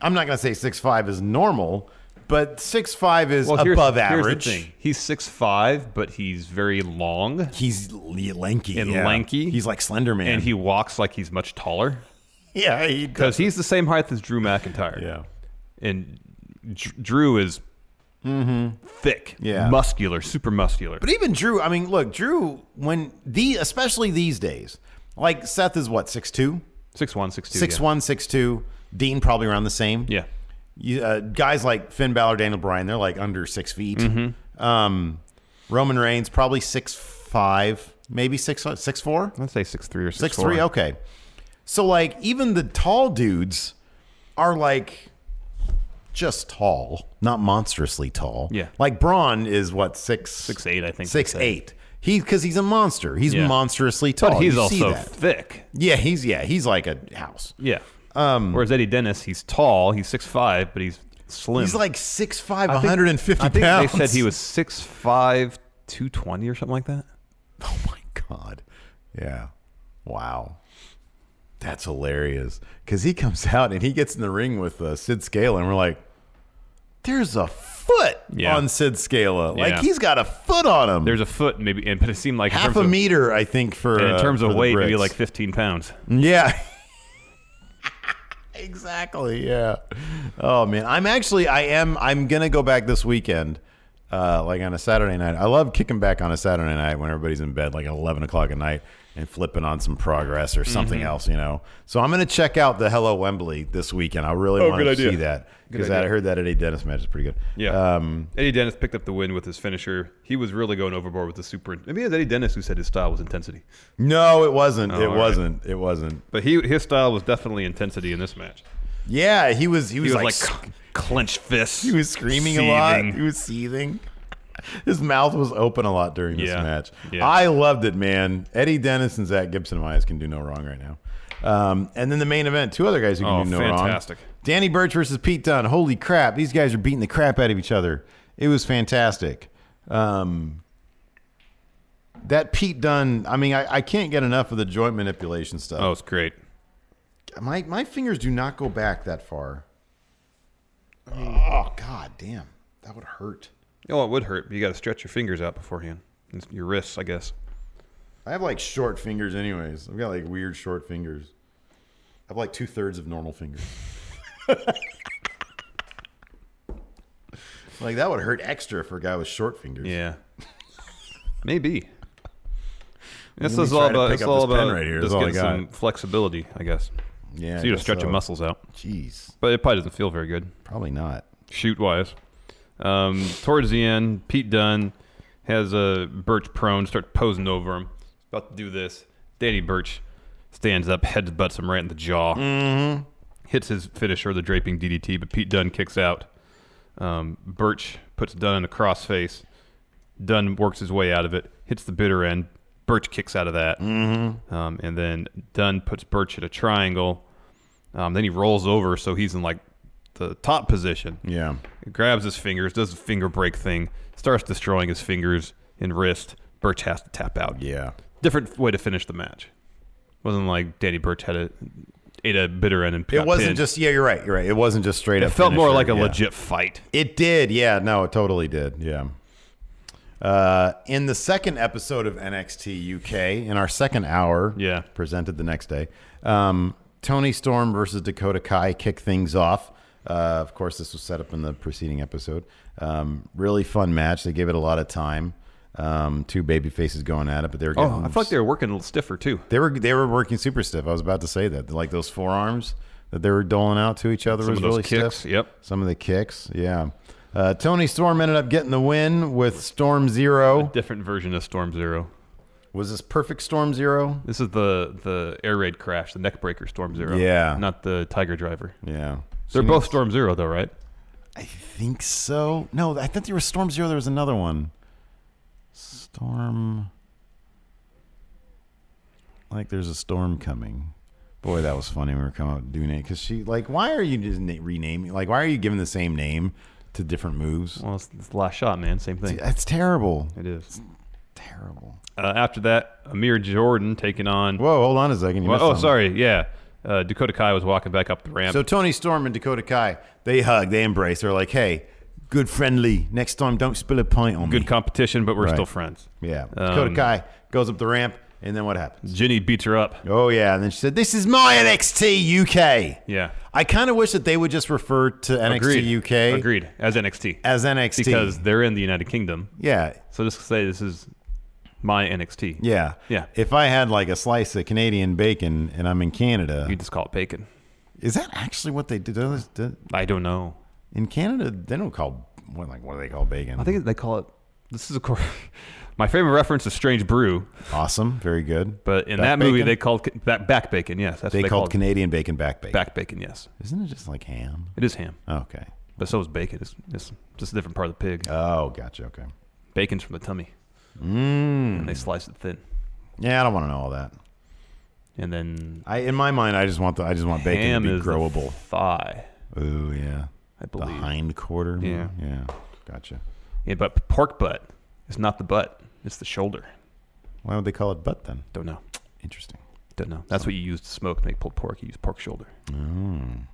Speaker 11: I'm not going to say six five is normal, but six five is
Speaker 12: Well, here's-
Speaker 11: above
Speaker 12: here's the
Speaker 11: average.
Speaker 12: thing. He's six five, but he's very long.
Speaker 11: He's lanky
Speaker 12: and
Speaker 11: yeah.
Speaker 12: lanky.
Speaker 11: He's like Slender Man.
Speaker 12: and he walks like he's much taller
Speaker 11: yeah, he
Speaker 12: because he's the same height as Drew McIntyre. yeah, and Dr- Drew is thick,
Speaker 11: Mm-hmm. Yeah.
Speaker 12: muscular, super muscular.
Speaker 11: But even Drew, I mean, look, Drew, when the especially these days, like Seth is what six two,
Speaker 12: six one, six two,
Speaker 11: six one, six two. Dean probably around the same.
Speaker 12: Yeah,
Speaker 11: you, uh, guys like Finn Balor, Daniel Bryan, they're like under six feet.
Speaker 12: Mhm.
Speaker 11: Um, Roman Reigns probably six five, maybe six six four.
Speaker 12: Let's say six three or
Speaker 11: six three. Okay, so like even the tall dudes are like just tall, not monstrously tall.
Speaker 12: Yeah.
Speaker 11: like Braun is what six six
Speaker 12: eight, I think
Speaker 11: six eight. He because he's a monster. He's
Speaker 12: Yeah.
Speaker 11: monstrously tall.
Speaker 12: but he's
Speaker 11: You see
Speaker 12: also
Speaker 11: that.
Speaker 12: thick.
Speaker 11: yeah, he's yeah, he's like a house.
Speaker 12: Yeah.
Speaker 11: Um,
Speaker 12: Whereas Eddie Dennis, he's tall. He's six five, but he's slim.
Speaker 11: He's like 6'5",
Speaker 12: I think-
Speaker 11: 150
Speaker 12: I think
Speaker 11: pounds.
Speaker 12: They said he was six five, two twenty or something like that.
Speaker 11: Hmm. God. Yeah. Wow. That's hilarious. Because he comes out and he gets in the ring with uh, Sid Scala, and we're like, there's a foot
Speaker 12: Yeah.
Speaker 11: on Sid Scala. Like,
Speaker 12: Yeah.
Speaker 11: he's got a foot on him.
Speaker 12: There's a foot, maybe, and but it seemed like in
Speaker 11: Half
Speaker 12: terms
Speaker 11: a
Speaker 12: of-
Speaker 11: meter, I think, for.
Speaker 12: and in
Speaker 11: uh,
Speaker 12: terms
Speaker 11: for
Speaker 12: of
Speaker 11: the
Speaker 12: weight, maybe
Speaker 11: bricks.
Speaker 12: like fifteen pounds.
Speaker 11: Yeah. exactly. Yeah. Oh man, I'm actually I am I'm gonna go back this weekend, uh, like on a Saturday night. I love kicking back on a Saturday night when everybody's in bed, like at eleven o'clock at night, and flipping on some progress or something
Speaker 12: Mhm.
Speaker 11: else, you know. So I'm gonna check out the Hello Wembley this weekend. I really
Speaker 12: Oh,
Speaker 11: want to
Speaker 12: good idea.
Speaker 11: see that
Speaker 12: Good
Speaker 11: because
Speaker 12: idea.
Speaker 11: I heard that Eddie Dennis match is pretty good.
Speaker 12: Yeah.
Speaker 11: Um,
Speaker 12: Eddie Dennis picked up the win with his finisher. He was really going overboard with the super. Maybe it was Eddie Dennis who said his style was intensity,
Speaker 11: no, it wasn't.
Speaker 12: Oh,
Speaker 11: it
Speaker 12: all right.
Speaker 11: wasn't. It wasn't.
Speaker 12: but he his style was definitely intensity in this match.
Speaker 11: Yeah, he was. He
Speaker 12: He
Speaker 11: was,
Speaker 12: was,
Speaker 11: like,
Speaker 12: like,
Speaker 11: sc-
Speaker 12: c- clenched fists.
Speaker 11: He was screaming a lot.
Speaker 12: seething.
Speaker 11: He was seething. His mouth was open a lot during this
Speaker 12: Yeah.
Speaker 11: match.
Speaker 12: Yeah.
Speaker 11: I loved it, man. Eddie Dennis and Zach Gibson, in my eyes, can do no wrong right now. Um, and then the main event, two other guys who can
Speaker 12: Oh,
Speaker 11: do no wrong.
Speaker 12: fantastic.
Speaker 11: Danny Birch versus Pete Dunne. Holy crap. These guys are beating the crap out of each other. It was fantastic. Um, that Pete Dunne, I mean, I, I can't get enough of the joint manipulation stuff.
Speaker 12: Oh, it's great.
Speaker 11: My, my fingers do not go back that far. I mean,
Speaker 12: Ah.
Speaker 11: oh, God damn. That would hurt.
Speaker 12: Oh, it would hurt. But you got to stretch your fingers out beforehand. It's your wrists, I guess.
Speaker 11: I have like short fingers, anyways. I've got like weird short fingers. I have like two thirds of normal fingers. like that would hurt extra for a guy with short fingers.
Speaker 12: Yeah. Maybe. This
Speaker 11: me
Speaker 12: is all
Speaker 11: try to
Speaker 12: about,
Speaker 11: pick
Speaker 12: it's
Speaker 11: up
Speaker 12: all
Speaker 11: this pen
Speaker 12: about
Speaker 11: right here. That's
Speaker 12: just
Speaker 11: all I
Speaker 12: getting
Speaker 11: got.
Speaker 12: some flexibility, I guess.
Speaker 11: Yeah, I
Speaker 12: So you
Speaker 11: guess
Speaker 12: just stretch
Speaker 11: so.
Speaker 12: your muscles out.
Speaker 11: Jeez.
Speaker 12: But it probably doesn't feel very good.
Speaker 11: Probably not.
Speaker 12: Shoot wise. Um, towards the end, Pete Dunn has uh, Birch prone, starts posing over him. About to do this. Danny Birch stands up, headbutts him right in the jaw. Mm-hmm. Hits his finisher, the draping DDT, but Pete Dunn kicks out. Um, Birch puts Dunn in a crossface. Dunn works his way out of it, hits the bitter end. Birch kicks out of that. Mm-hmm. Um, and then Dunn puts Birch at a triangle. Um, then he rolls over, so he's in like the top position.
Speaker 11: Yeah.
Speaker 12: grabs his fingers, does a finger break thing, starts destroying his fingers and wrist. Birch has to tap out.
Speaker 11: Yeah.
Speaker 12: Different way to finish the match. Wasn't like Danny Birch had a ate a bitter end and
Speaker 11: It
Speaker 12: got
Speaker 11: wasn't
Speaker 12: pinned.
Speaker 11: just yeah. You're right. You're right. It wasn't just straight
Speaker 12: It
Speaker 11: up.
Speaker 12: felt more
Speaker 11: finisher,
Speaker 12: like a
Speaker 11: yeah.
Speaker 12: legit fight.
Speaker 11: It did. Yeah. No. It totally did. Yeah. Uh, in the second episode of NXT UK, in our second hour, yeah, presented the next day, um, Tony Storm versus Dakota Kai kick things off. Uh, of course, this was set up in the preceding episode. Um, really fun match. They gave it a lot of time. Um, two baby faces going at it, but they were getting
Speaker 12: Oh, I feel like they were working a little stiffer too.
Speaker 11: they were they were working super stiff. I was about to say that, like those forearms that they were doling out to each other
Speaker 12: Some
Speaker 11: was
Speaker 12: of those
Speaker 11: really
Speaker 12: kicks,
Speaker 11: stiff.
Speaker 12: Yep.
Speaker 11: Some of the kicks. Yeah. Uh, Tony Storm ended up getting the win with Storm Zero.
Speaker 12: different version of Storm Zero.
Speaker 11: Was this Perfect Storm Zero?
Speaker 12: This is the the air raid crash, the neck breaker Storm Zero.
Speaker 11: Yeah.
Speaker 12: Not the Tiger Driver.
Speaker 11: Yeah.
Speaker 12: They're
Speaker 11: She
Speaker 12: both
Speaker 11: needs-
Speaker 12: Storm Zero though, right?
Speaker 11: I think so. No, I think there was Storm Zero. There was another one. Storm. Like there's a storm coming. Boy, that was funny when we were coming up doing it because she like, why are you just na- renaming? Like, why are you giving the same name to different moves?
Speaker 12: Well, it's, it's the last shot, man. Same thing.
Speaker 11: That's terrible.
Speaker 12: It is. terrible. Uh, after that, Amir Jordan taking on.
Speaker 11: Whoa, hold on a second. You
Speaker 12: Well,
Speaker 11: missed
Speaker 12: oh,
Speaker 11: something.
Speaker 12: sorry. Yeah. Uh, Dakota Kai was walking back up the ramp.
Speaker 11: So Tony Storm and Dakota Kai, they hug, they embrace. They're like, hey, good friendly. Next time, don't spill a pint on me.
Speaker 12: Good Um, competition, but we're
Speaker 11: Right.
Speaker 12: still friends.
Speaker 11: Yeah. Dakota Kai goes up the ramp, and then what happens?
Speaker 12: Ginny beats her up.
Speaker 11: Oh, yeah. And then she said, This is my NXT UK.
Speaker 12: Yeah.
Speaker 11: I kind of wish that they would just refer to NXT
Speaker 12: Agreed.
Speaker 11: UK.
Speaker 12: Agreed. As NXT.
Speaker 11: As NXT.
Speaker 12: Because they're in the United Kingdom.
Speaker 11: Yeah.
Speaker 12: So just say this is my NXT.
Speaker 11: Yeah.
Speaker 12: Yeah.
Speaker 11: If I had like a slice of Canadian bacon and I'm in Canada, you
Speaker 12: just call it bacon.
Speaker 11: Is that actually what they do? Do they- do-
Speaker 12: I don't know.
Speaker 11: In Canada, they don't call what like what do they call bacon?
Speaker 12: I think they call it. This is a cor- my favorite reference is Strange Brew.
Speaker 11: Awesome, very good.
Speaker 12: But in
Speaker 11: Back
Speaker 12: that movie,
Speaker 11: bacon?
Speaker 12: they called ca- back, back bacon. Yes, that's
Speaker 11: they,
Speaker 12: what they
Speaker 11: called Canadian bacon back bacon.
Speaker 12: back bacon. Yes,
Speaker 11: Isn't it just like ham?
Speaker 12: it is ham.
Speaker 11: Okay,
Speaker 12: but so is bacon. It's, it's just a different part of the pig.
Speaker 11: Oh, gotcha. Okay,
Speaker 12: bacon's from the tummy.
Speaker 11: Mm.
Speaker 12: And they slice it thin.
Speaker 11: Yeah, I don't want to know all that.
Speaker 12: And then
Speaker 11: I, in my mind, I just want the I just want bacon
Speaker 12: Ham
Speaker 11: to be
Speaker 12: is the
Speaker 11: growable.
Speaker 12: thigh.
Speaker 11: Ooh, yeah.
Speaker 12: I believe
Speaker 11: the hind quarter.
Speaker 12: Yeah.
Speaker 11: yeah. Gotcha.
Speaker 12: Yeah, but pork butt is not the butt; it's the shoulder.
Speaker 11: Why would they call it butt then?
Speaker 12: Don't know.
Speaker 11: Interesting.
Speaker 12: Don't know. That's what you use to smoke to make pulled pork. You use pork shoulder.
Speaker 11: Mm.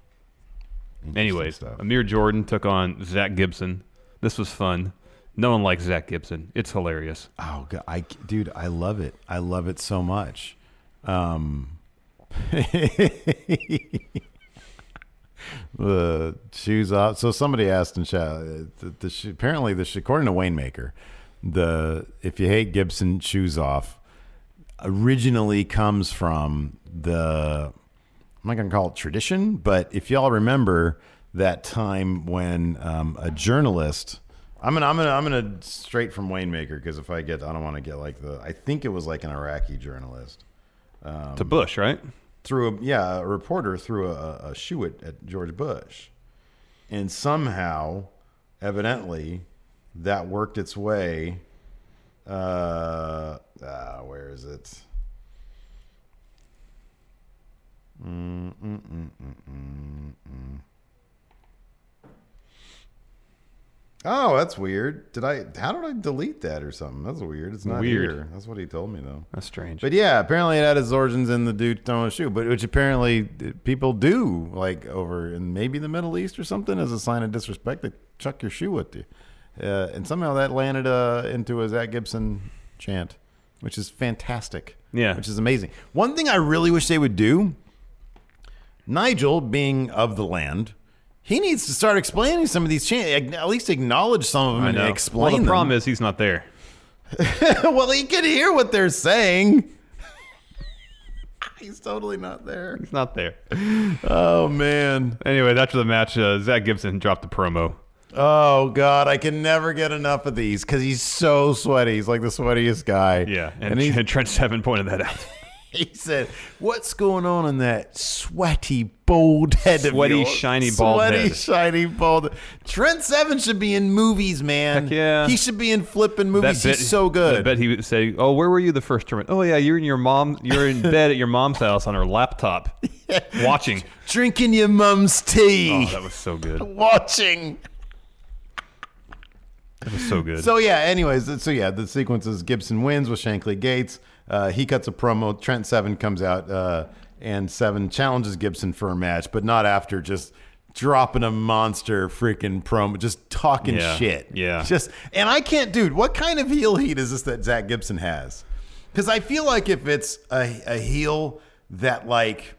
Speaker 12: Anyways, Amir Jordan took on Zach Gibson. This was fun. No one likes Zach Gibson. It's hilarious.
Speaker 11: Oh god, I dude, I love it. I love it so much. Um, the shoes off. So somebody asked in chat. uh, The, the shoe- apparently the shoe- according to Waymaker, the if you hate Gibson shoes off originally comes from the I'm not going to call it tradition, but if y'all remember that time when um, a journalist, I'm gonna, I'm gonna, I'm gonna straight from Waymaker because if I get, I don't want to get like the, I think it was like an Iraqi journalist. Um,
Speaker 12: To Bush, right?
Speaker 11: Through a yeah, a reporter threw a, a shoe at, at George Bush, and somehow, evidently, that worked its way. Uh, ah, where is it? Mm, mm, mm, mm, mm, mm. Oh, that's weird. Did I? How did I delete that or something? That's weird. It's not
Speaker 12: Weird.
Speaker 11: here. That's what he told me though.
Speaker 12: That's strange.
Speaker 11: But yeah, apparently it had its origins in the dude throwing a shoe, but which apparently people do like over in maybe the Middle East or something as a sign of disrespect. They chuck your shoe at you, uh, and somehow that landed uh, into a Zach Gibson chant, which is fantastic.
Speaker 12: Yeah.
Speaker 11: which is amazing. One thing I really wish they would do, Nigel being of the land. He needs to start explaining some of these chants. At least acknowledge some of them
Speaker 12: I
Speaker 11: and
Speaker 12: know.
Speaker 11: explain
Speaker 12: Well, the
Speaker 11: them.
Speaker 12: problem is he's not there.
Speaker 11: well, he can hear what they're saying. He's totally not there.
Speaker 12: He's not there.
Speaker 11: Oh man.
Speaker 12: Anyway, after the match, uh, Zach Gibson dropped the promo.
Speaker 11: Oh God, I can never get enough of these because he's so sweaty. He's like the sweatiest guy.
Speaker 12: Yeah, and, and Trent Seven pointed that out.
Speaker 11: he said, "What's going on in that sweaty bald head
Speaker 12: Sweaty,
Speaker 11: of yours?
Speaker 12: shiny bald
Speaker 11: sweaty,
Speaker 12: head."
Speaker 11: shiny bald." Trent Seven should be in movies, man.
Speaker 12: Heck yeah.
Speaker 11: he should be in flipping movies.
Speaker 12: That bit-
Speaker 11: he's so
Speaker 12: I
Speaker 11: good.
Speaker 12: bet he would say, "Oh, where were you the first tournament? Oh yeah, you're in your mom. You're in bed at your mom's house on her laptop, watching.
Speaker 11: Drinking your mum's
Speaker 12: Oh,
Speaker 11: tea,
Speaker 12: that was so good.
Speaker 11: watching.
Speaker 12: That was so good.
Speaker 11: So yeah. Anyways, so yeah, the sequence is Gibson wins with Shankly Gates. Uh, he cuts a promo. Trent Seven comes out, uh, and Seven challenges Gibson for a match, but not after just dropping a monster freaking promo, just talking
Speaker 12: Yeah,
Speaker 11: shit.
Speaker 12: yeah.
Speaker 11: Just and I can't, dude. What kind of heel heat is this that Zach Gibson has? Because I feel like if it's a, a heel that like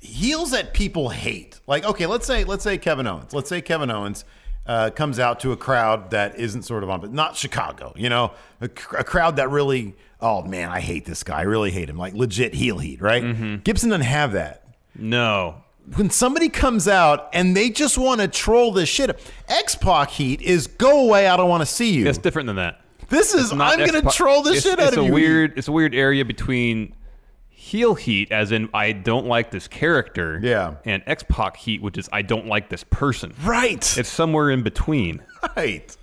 Speaker 11: heels that people hate. Like, okay, let's say let's say Kevin Owens. Let's say Kevin Owens uh, comes out to a crowd that isn't sort of on, but not Chicago. You know, a, cr- a crowd that really, oh man, I hate this guy. I really hate him. Like legit heel heat, right?
Speaker 12: Mm-hmm.
Speaker 11: Gibson doesn't have that.
Speaker 12: No,
Speaker 11: When somebody comes out and they just want to troll this shit, X Pac heat is go away. I don't want to see you.
Speaker 12: it's different than that.
Speaker 11: This is
Speaker 12: It's not
Speaker 11: I'm going to
Speaker 12: X-Pac.
Speaker 11: troll this
Speaker 12: It's-
Speaker 11: shit out
Speaker 12: it's
Speaker 11: of
Speaker 12: a
Speaker 11: you.
Speaker 12: Weird, it's a weird area between heel heat, as in I don't like this character,
Speaker 11: Yeah.
Speaker 12: and X Pac heat, which is I don't like this person.
Speaker 11: Right.
Speaker 12: It's somewhere in between,
Speaker 11: Right.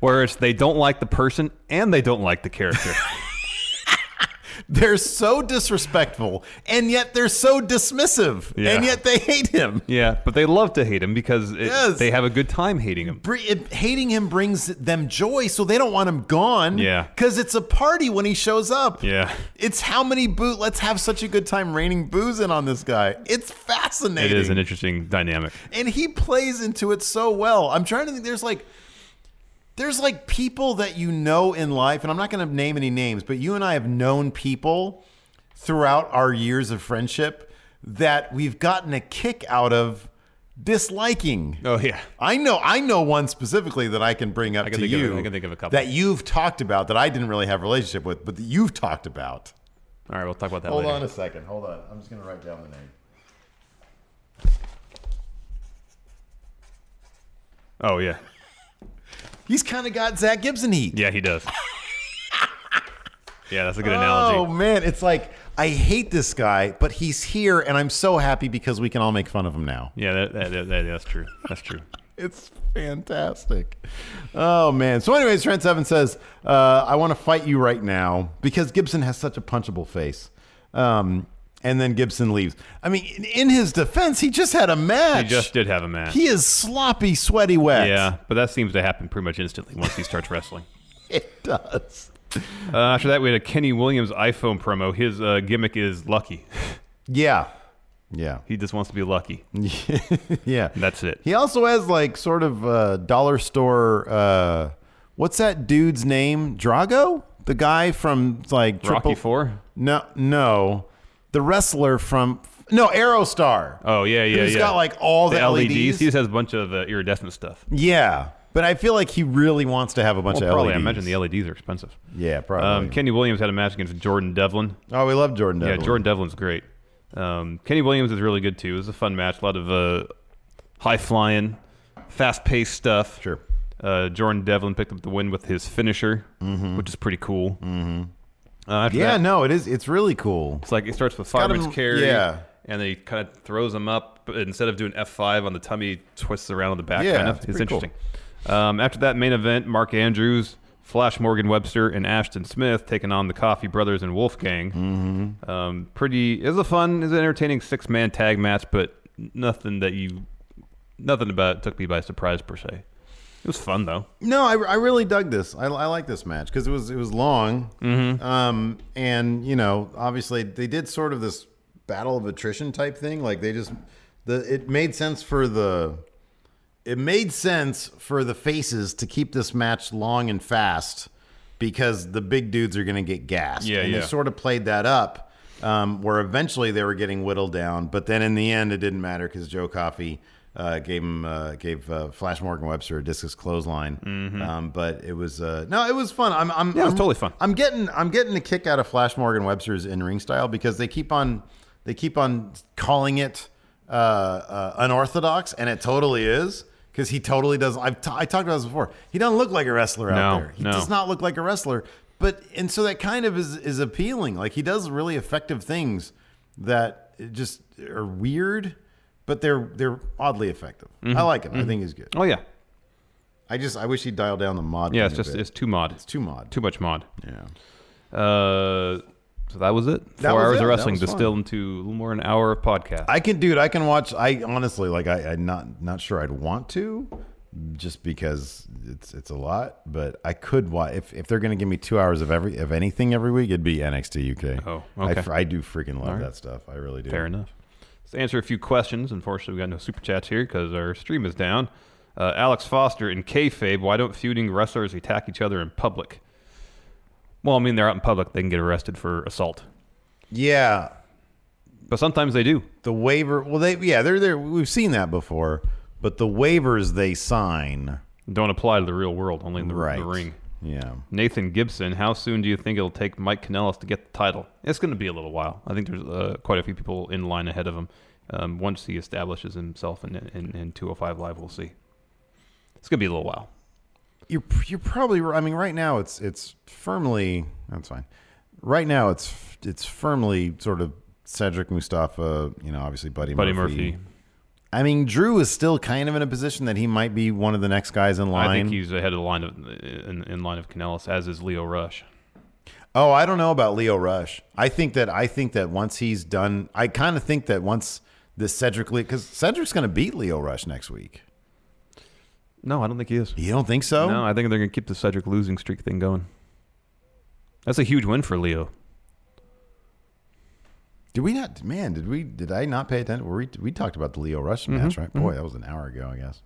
Speaker 12: where it's they don't like the person and they don't like the character.
Speaker 11: They're so disrespectful and yet they're so dismissive
Speaker 12: Yeah.
Speaker 11: and yet they hate him.
Speaker 12: yeah, but they love to hate him because it,
Speaker 11: Yes.
Speaker 12: they have a good time hating him.
Speaker 11: br- it, hating him brings them joy, so they don't want him gone.
Speaker 12: Yeah.
Speaker 11: Because it's a party when he shows up.
Speaker 12: Yeah.
Speaker 11: It's how many boo. Let's have such a good time raining booze in on this guy. It's
Speaker 12: It
Speaker 11: fascinating.
Speaker 12: is an interesting dynamic.
Speaker 11: and he plays into it so well. I'm trying to think. There's like, there's like people that you know in life, and I'm not going to name any names, but you and I have known people throughout our years of friendship that we've gotten a kick out of disliking.
Speaker 12: Oh yeah.
Speaker 11: I know I know one specifically that I can bring up
Speaker 12: I can
Speaker 11: to
Speaker 12: think of-
Speaker 11: you.
Speaker 12: I can think of a couple.
Speaker 11: that you've talked about that I didn't really have a relationship with, but that you've talked about.
Speaker 12: All right, we'll talk about that
Speaker 11: Hold
Speaker 12: later.
Speaker 11: on a second. Hold on. I'm just gonna write down the name.
Speaker 12: Oh yeah,
Speaker 11: He's kind of got Zach Gibson heat.
Speaker 12: yeah, he does. yeah, that's a good
Speaker 11: Oh
Speaker 12: analogy.
Speaker 11: man, it's like I hate this guy, but he's here, and I'm so happy because we can all make fun of him now.
Speaker 12: Yeah, that, that, that, that- that's true. That's true.
Speaker 11: It's fantastic. Oh man. So, anyways, Trent Seven says, uh, "I want to fight you right now because Gibson has such a punchable face." Um, and then Gibson leaves. I mean, in, in his defense, he just had a match.
Speaker 12: He just did have a match.
Speaker 11: He is sloppy, sweaty, wet.
Speaker 12: Yeah, but that seems to happen pretty much instantly once he starts wrestling.
Speaker 11: it does.
Speaker 12: Uh, after that, we had a Kenny Williams iPhone promo. His uh, gimmick is lucky.
Speaker 11: Yeah, yeah,
Speaker 12: He just wants to be lucky.
Speaker 11: yeah.
Speaker 12: That's it.
Speaker 11: He also has like sort of uh, dollar store. Uh, what's that dude's name? Drago, the guy from like
Speaker 12: Rocky
Speaker 11: Triple
Speaker 12: Four.
Speaker 11: No, no, the wrestler from no Aerostar.
Speaker 12: Oh yeah, yeah,
Speaker 11: Who's
Speaker 12: yeah.
Speaker 11: got, like, all the E LEDs?
Speaker 12: He just has a bunch of uh, iridescent stuff.
Speaker 11: Yeah, but I feel like he really wants to have a bunch
Speaker 12: Well,
Speaker 11: of E
Speaker 12: probably. I
Speaker 11: LEDs.
Speaker 12: imagine the E LEDs are expensive.
Speaker 11: Yeah, probably.
Speaker 12: Um, Kenny Williams had a match against Jordan Devlin.
Speaker 11: oh, we love Jordan.
Speaker 12: Yeah,
Speaker 11: Devlin.
Speaker 12: Jordan Devlin's great. Um, Kenny Williams is really good too. It was a fun match. A lot of uh, high flying, fast paced stuff.
Speaker 11: Sure.
Speaker 12: Uh, Jordan Devlin picked up the win with his finisher, which is pretty cool. Mm-hmm. Uh, after
Speaker 11: Yeah,
Speaker 12: that,
Speaker 11: no, it is. It's really cool.
Speaker 12: it's like it starts with
Speaker 11: got
Speaker 12: fireman's
Speaker 11: him-
Speaker 12: carry.
Speaker 11: yeah.
Speaker 12: And then he kind of throws him up, but instead of doing F5 on the tummy, he twists around on the back.
Speaker 11: Yeah,
Speaker 12: kind of.
Speaker 11: it's
Speaker 12: It's,
Speaker 11: pretty cool.
Speaker 12: interesting. Um, after that main event, Mark Andrews, Flash Morgan Webster, and Ashton Smith taking on the Coffee Brothers and Wolfgang. Mm-hmm. Um, pretty, it was a fun, it was an entertaining six man tag match, but nothing that you, nothing about it took me by surprise per se. It was fun though.
Speaker 11: No, I, I really dug this. I, I like this match because it was it was long, um, and you know, obviously they did sort of this battle of attrition type thing. Like they just the it made sense for the it made sense for the faces to keep this match long and fast because the big dudes are going to get gassed.
Speaker 12: Yeah,
Speaker 11: and They
Speaker 12: yeah.
Speaker 11: sort of played that up, um, where eventually they were getting whittled down, but then in the end it didn't matter because Joe Coffey uh, gave him uh, gave uh, Flash Morgan Webster a discus clothesline.
Speaker 12: Mm-hmm.
Speaker 11: Um, but it was uh, no, it was fun. I'm, I'm
Speaker 12: Yeah, it was
Speaker 11: I'm-
Speaker 12: totally fun.
Speaker 11: I'm getting I'm getting a kick out of Flash Morgan Webster's in ring style because they keep on they keep on calling it uh, uh, unorthodox, and it totally is. Because he totally doesn't. I've t- I talked about this before. He doesn't look like a wrestler out
Speaker 12: No,
Speaker 11: there. He
Speaker 12: no.
Speaker 11: does not look like a wrestler. But and so that kind of is is appealing. Like he does really effective things that just are weird, but they're they're oddly effective.
Speaker 12: Mhm.
Speaker 11: I like him. I
Speaker 12: Mhm.
Speaker 11: think he's good.
Speaker 12: Oh yeah.
Speaker 11: I just I wish he'd dial down the mod.
Speaker 12: Yeah,
Speaker 11: thing
Speaker 12: it's
Speaker 11: a
Speaker 12: just
Speaker 11: bit.
Speaker 12: it's too mod. It's
Speaker 11: too mod.
Speaker 12: Too much mod.
Speaker 11: Yeah.
Speaker 12: Uh, so that was it. Four
Speaker 11: That was
Speaker 12: hours
Speaker 11: it. That
Speaker 12: of wrestling
Speaker 11: was fun.
Speaker 12: distilled into a little more than an hour of podcast.
Speaker 11: I can, dude. I can watch. I honestly like. I, I'm not not sure I'd want to, just because it's it's a lot. But I could watch if if they're gonna give me two hours of every of anything every week, it'd be NXT UK.
Speaker 12: Oh,
Speaker 11: I
Speaker 12: okay.
Speaker 11: f- I, do freaking love
Speaker 12: All right.
Speaker 11: that stuff. I really do.
Speaker 12: Fair enough. Let's answer a few questions. Unfortunately, we got no super chats here because our stream is down. Uh, Alex Foster in kayfabe. Why don't feuding wrestlers attack each other in public? Well, I mean, they're out in public; they can get arrested for assault.
Speaker 11: Yeah,
Speaker 12: but sometimes they do.
Speaker 11: The waiver. Well, they yeah, they're there. We've seen that before. But the waivers they sign
Speaker 12: don't apply to the real world. Only in the,
Speaker 11: Right.
Speaker 12: the ring.
Speaker 11: Yeah.
Speaker 12: Nathan Gibson. How soon do you think it'll take Mike Kanellis to get the title? It's going to be a little while. I think there's uh, quite a few people in line ahead of him. Um, once he establishes himself in, in, in 205 Live, we'll see. It's going to be a little while.
Speaker 11: You're you're probably. right. I mean, right now it's it's firmly. That's fine. Right now it's it's firmly sort of Cedric Mustafa. You know, obviously Buddy
Speaker 12: Buddy
Speaker 11: Murphy.
Speaker 12: Murphy.
Speaker 11: I mean, Drew is still kind of in a position that he might be one of the next guys in line.
Speaker 12: I think he's ahead of the line of uh, in, in line of Canellis, as is Leo Rush.
Speaker 11: Oh, I don't know about Leo Rush. I think that I think that once he's done, I kind of think that once this Cedric because Cedric's going to beat Leo Rush next week.
Speaker 12: No, I don't think he is.
Speaker 11: You don't think so?
Speaker 12: No, I think they're going to keep the Cedric losing streak thing going. That's a huge win for Leo.
Speaker 11: Did we not? Man, did we? Did I not pay attention? Were We we talked about the Leo Rush
Speaker 12: Mhm,
Speaker 11: match, right? Boy,
Speaker 12: mhm.
Speaker 11: that was an hour ago, I guess.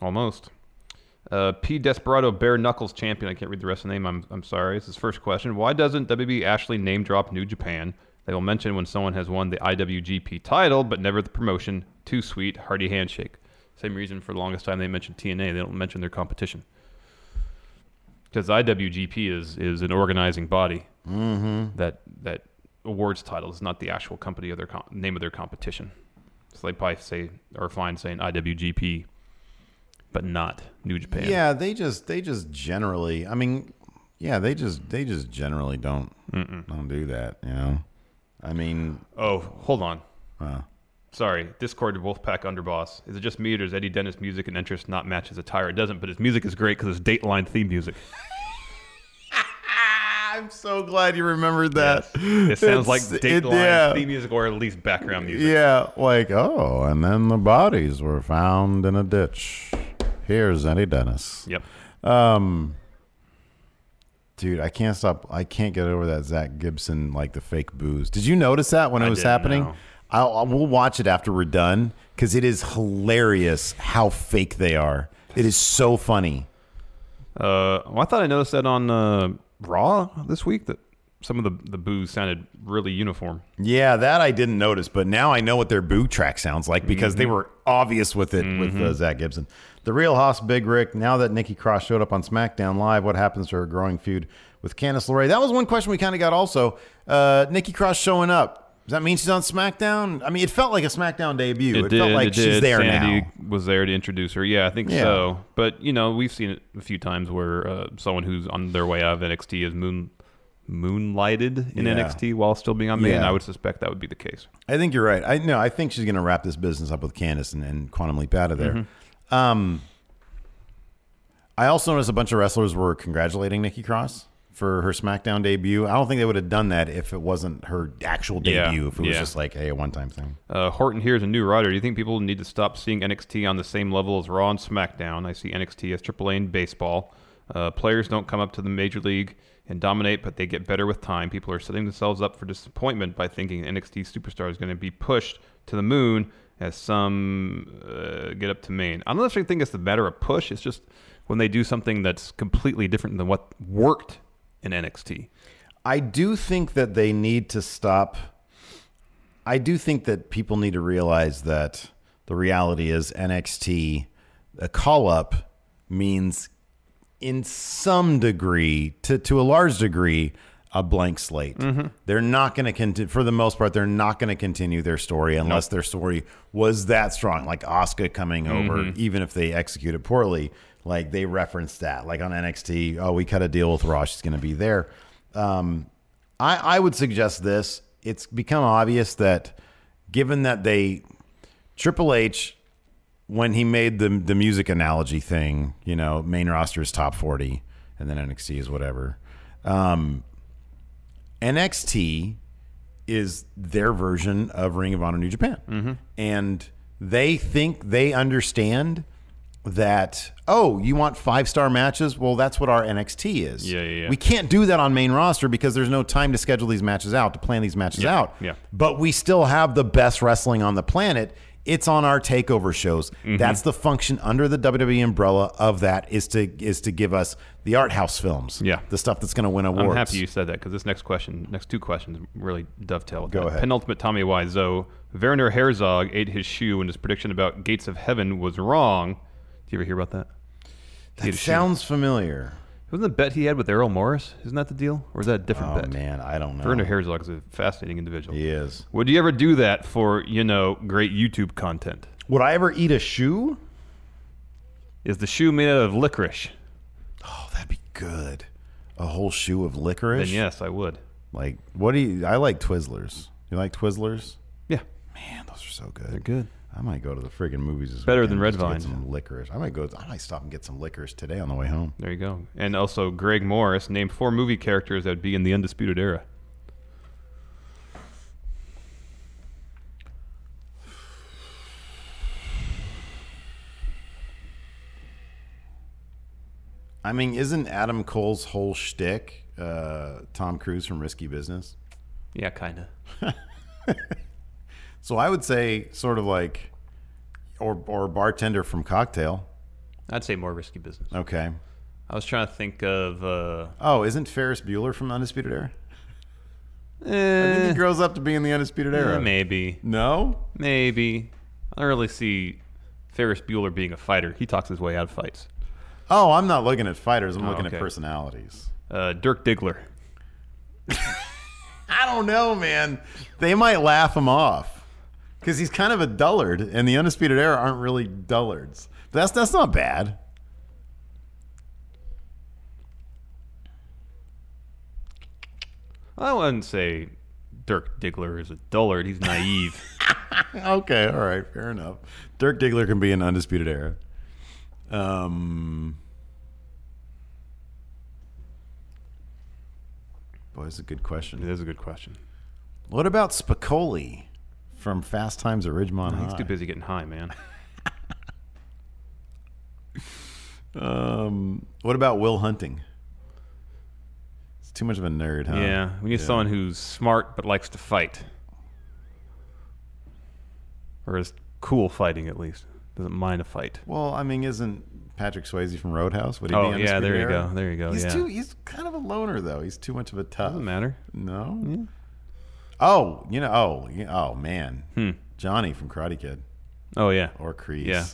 Speaker 12: Almost. Uh, P. Desperado, bare knuckles champion. I can't read the rest of the name. I'm, I'm sorry. It's his first question. Why doesn't WB Ashley name drop New Japan? They will mention when someone has won the IWGP title, but never the promotion. Too sweet, hearty handshake. Same reason for the longest time they mentioned TNA. They don't mention their competition because IWGP is is an organizing body
Speaker 11: Mm-hmm.
Speaker 12: that that awards titles, not the actual company of their com- name of their competition. So they probably say are fine saying IWGP, but not New Japan.
Speaker 11: Yeah, they just they just generally. I mean, yeah, they just they just generally don't don't do that. You know, I mean,
Speaker 12: Oh, hold on.
Speaker 11: Wow.
Speaker 12: Sorry, Discord Wolfpack Underboss. Is it just me or does Eddie Dennis music and interest not match his attire? It doesn't, but his music is great because it's Dateline theme music.
Speaker 11: Ah, I'm so glad you remembered that.
Speaker 12: It sounds
Speaker 11: It's-
Speaker 12: like
Speaker 11: it-
Speaker 12: Dateline
Speaker 11: yeah.
Speaker 12: theme music or at least background music.
Speaker 11: Yeah, like oh, and then the bodies were found in a ditch. Here's Eddie Dennis.
Speaker 12: Yep.
Speaker 11: Um, dude, I can't stop. I can't get over that Zach Gibson like the fake booze. Did you notice that when it
Speaker 12: I
Speaker 11: was
Speaker 12: didn't,
Speaker 11: happening?
Speaker 12: no.
Speaker 11: I'll, I'll we'll watch it after we're done because it is hilarious how fake they are. It is so funny.
Speaker 12: Uh, well, I thought I noticed that on uh, Raw this week that some of the the booze sounded really uniform.
Speaker 11: Yeah, that I didn't notice, but now I know what their boo track sounds like because they
Speaker 12: Mhm.
Speaker 11: were obvious with it with uh,
Speaker 12: Mhm.
Speaker 11: Zach Gibson. The real Hoss Big Rick, now that Nikki Cross showed up on SmackDown Live, what happens to her growing feud with Candice LeRae? That was one question we kind of got also. Uh, Nikki Cross showing up. Does that mean she's on SmackDown? I mean, it felt like a SmackDown debut. It, felt like she's there
Speaker 12: Sandy
Speaker 11: now.
Speaker 12: was there to introduce her. Yeah, I think
Speaker 11: Yeah.
Speaker 12: so. But you know, we've seen it a few times where uh, someone who's on their way out of NXT is moon moonlighted in
Speaker 11: Yeah.
Speaker 12: NXT while still being on main.
Speaker 11: Yeah.
Speaker 12: I would suspect that would be the case.
Speaker 11: I think you're right. I no, I think she's going to wrap this business up with Candice and, and Quantum Leap out of there.
Speaker 12: Mm-hmm.
Speaker 11: Um, I also noticed a bunch of wrestlers were congratulating Nikki Cross for her SmackDown debut. I don't think they would have done that if it wasn't her actual
Speaker 12: Yeah,
Speaker 11: debut. If it was
Speaker 12: yeah.
Speaker 11: just like hey, a one time thing.
Speaker 12: Uh, Horton here is a new writer. Do you think people need to stop seeing NXT on the same level as Raw and SmackDown? I see NXT as AAA in baseball. Uh, players don't come up to the major league and dominate, but they get better with time. People are setting themselves up for disappointment by thinking NXT superstar is going to be pushed to the moon as some uh, get up to Maine. I don't necessarily think it's the matter of push. It's just when they do something that's completely different than what worked in NXT.
Speaker 11: I do think that they need to stop. I do think that people need to realize that the The reality is NXT, a call up means in some degree, to, to a large degree, a blank slate. They're not going to continue, for the most part, they're not going to continue their story unless their story was that strong. Like Oscar coming over,
Speaker 12: Mhm.
Speaker 11: even if they execute it poorly, like they referenced that. Like on NXT, oh, we cut a deal with Raw, she's going to be there. Um, I, I would suggest this. It's become obvious that given that they, Triple H, when he made the the music analogy thing, you know, main roster is top forty, and then NXT is whatever. Um, NXT is their version of Ring of Honor New Japan,
Speaker 12: Mm-hmm.
Speaker 11: and they think they understand that. Oh, you want five star matches? Well, that's what our NXT is.
Speaker 12: Yeah, yeah, yeah.
Speaker 11: We can't do that on main roster because there's no time to schedule these matches out to plan these matches
Speaker 12: Yeah,
Speaker 11: out
Speaker 12: yeah.
Speaker 11: but we still have the best wrestling on the planet. It's on our takeover shows.
Speaker 12: Mm-hmm.
Speaker 11: That's the function under the WWE umbrella of that is to is to give us the art house films. Yeah, the stuff that's going to win awards.
Speaker 12: I'm happy you said that because this next question, next two questions, really dovetail. With
Speaker 11: Go
Speaker 12: that.
Speaker 11: ahead.
Speaker 12: Penultimate Tommy Wiseau. Werner Herzog ate his shoe, and his prediction about Gates of Heaven was wrong. Did you ever hear about that? He
Speaker 11: That
Speaker 12: ate a shoe.
Speaker 11: sounds familiar.
Speaker 12: Wasn't the bet he had with Errol Morris? Isn't that the deal, or is that a different
Speaker 11: Oh,
Speaker 12: bet?
Speaker 11: man, I don't know.
Speaker 12: Werner Herzog is a fascinating individual. He
Speaker 11: is.
Speaker 12: Would you ever do that for you know great YouTube content?
Speaker 11: Would I ever eat a shoe?
Speaker 12: Is the shoe made out of licorice?
Speaker 11: Oh, Good, a whole shoe of licorice.
Speaker 12: Then yes, I would.
Speaker 11: Like what do you? I like Twizzlers. You like Twizzlers?
Speaker 12: Yeah.
Speaker 11: Man, those are so good.
Speaker 12: They're good.
Speaker 11: I might go to the friggin' movies. This
Speaker 12: Better than
Speaker 11: weekend
Speaker 12: Red
Speaker 11: just to get
Speaker 12: Vine.
Speaker 11: Some licorice. I might go. I might stop and get some licorice today on the way home.
Speaker 12: There you go. And also, Greg Morris named four movie characters that would be in the Undisputed Era.
Speaker 11: I mean, isn't Adam Cole's whole shtick uh, Tom Cruise from Risky Business?
Speaker 12: Yeah, kind of.
Speaker 11: So I would say sort of like, or or bartender from Cocktail.
Speaker 12: I'd say more risky business.
Speaker 11: Okay.
Speaker 12: I was trying to think of. Uh,
Speaker 11: Oh, isn't Ferris Bueller from Undisputed Era? I think he grows up to be in the Undisputed Era.
Speaker 12: Eh, maybe.
Speaker 11: No?
Speaker 12: Maybe. I don't really see Ferris Bueller being a fighter. He talks his way out of fights.
Speaker 11: Oh, I'm not looking at fighters. I'm
Speaker 12: Oh,
Speaker 11: looking
Speaker 12: okay.
Speaker 11: at personalities.
Speaker 12: Uh, Dirk Diggler.
Speaker 11: I don't know, man. They might laugh him off because he's kind of a dullard, and the Undisputed Era aren't really dullards. But that's that's not bad.
Speaker 12: I wouldn't say Dirk Diggler is a dullard. He's naive.
Speaker 11: okay, all right, fair enough. Dirk Diggler can be an undisputed era. Um, boy, that's a good question.
Speaker 12: It is a good question.
Speaker 11: What about Spicoli from Fast Times at Ridgemont
Speaker 12: He's
Speaker 11: High?
Speaker 12: too busy getting high, man.
Speaker 11: Um, what about Will Hunting? It's too much of a nerd, huh?
Speaker 12: Uh, Yeah, we need someone who's smart but likes to fight, or is cool fighting at least. Doesn't mind a fight.
Speaker 11: Well, I mean, isn't Patrick Swayze from Roadhouse? Would he
Speaker 12: Oh,
Speaker 11: be
Speaker 12: yeah,
Speaker 11: Undisputed
Speaker 12: there you
Speaker 11: Era?
Speaker 12: go, there you go,
Speaker 11: He's
Speaker 12: yeah.
Speaker 11: too. He's kind of a loner though. He's too much of a tough. Doesn't
Speaker 12: matter.
Speaker 11: No. Oh, you know. Oh, you oh man. Johnny from Karate Kid.
Speaker 12: Oh yeah.
Speaker 11: Or Crease.
Speaker 12: Yeah.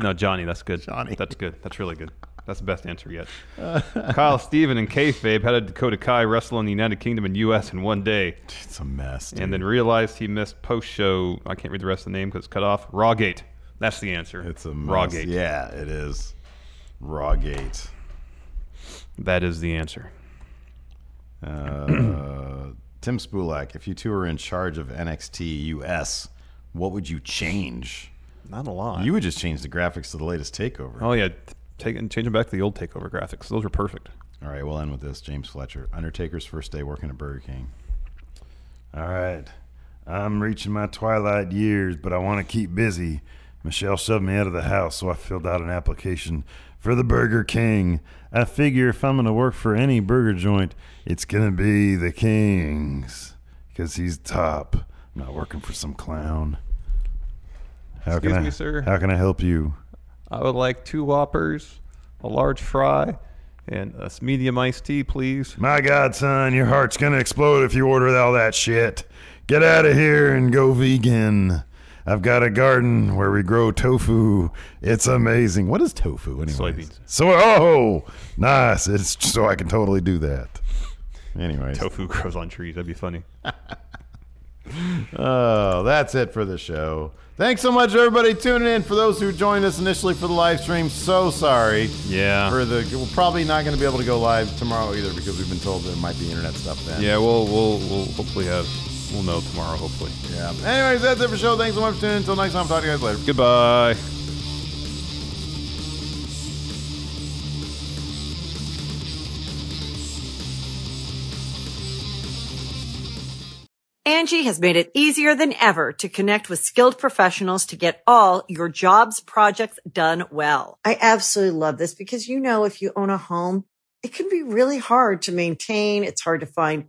Speaker 12: No, Johnny, that's good. Johnny, that's good. That's really good. That's the best answer yet. Kyle, Steven, and kayfabe had a Dakota Kai wrestle in the United Kingdom and U.S. in one day.
Speaker 11: It's a mess.
Speaker 12: And then realized he missed post show. I can't read the rest of the name because it's cut off. Rawgate. That's the answer. It's a
Speaker 11: mess.
Speaker 12: Rawgate.
Speaker 11: Yeah, it is. Rawgate.
Speaker 12: That is the answer.
Speaker 11: Uh, Tim Spulak, if you two were in charge of NXT US, what would you change?
Speaker 12: Not a lot.
Speaker 11: You would just change the graphics to the latest takeover.
Speaker 12: Oh yeah, take and change them back to the old takeover graphics. Those were perfect.
Speaker 11: All right, we'll end with this. James Fletcher, Undertaker's first day working at Burger King.
Speaker 13: All right. I'm reaching my twilight years, but I want to keep busy. Michelle shoved me out of the house, so I filled out an application for the Burger King. I figure if I'm going to work for any burger joint, it's going to be the King's because he's top. I'm not working for some clown. How
Speaker 12: Excuse
Speaker 13: can I,
Speaker 12: me, sir?
Speaker 13: How can I help you?
Speaker 12: I would like two Whoppers, a large fry, and a medium iced tea, please.
Speaker 13: My God, son, your heart's gonna explode if you order all that shit. Get out of here and go vegan. I've got a garden where we grow tofu. It's amazing. What is tofu anyway?
Speaker 12: Soybeans.
Speaker 13: So oh, nice. It's so I can totally do that. Anyways,
Speaker 12: tofu grows on trees. That'd be funny.
Speaker 11: Oh, that's it for the show. Thanks so much, everybody, tuning in. For those who joined us initially for the live stream, so sorry.
Speaker 12: Yeah.
Speaker 11: For the we're probably not going to be able to go live tomorrow either because we've been told there might be internet stuff then.
Speaker 12: Yeah, we'll we'll we'll hopefully have we'll know tomorrow. Hopefully.
Speaker 11: Yeah. Anyways, that's it for the show. Thanks so much for tuning in. Until next time, talk to you guys later.
Speaker 12: Goodbye.
Speaker 14: Angie has made it easier than ever to connect with skilled professionals to get all your jobs projects done well.
Speaker 15: I absolutely love this because, you know, if you own a home, it can be really hard to maintain. It's hard to find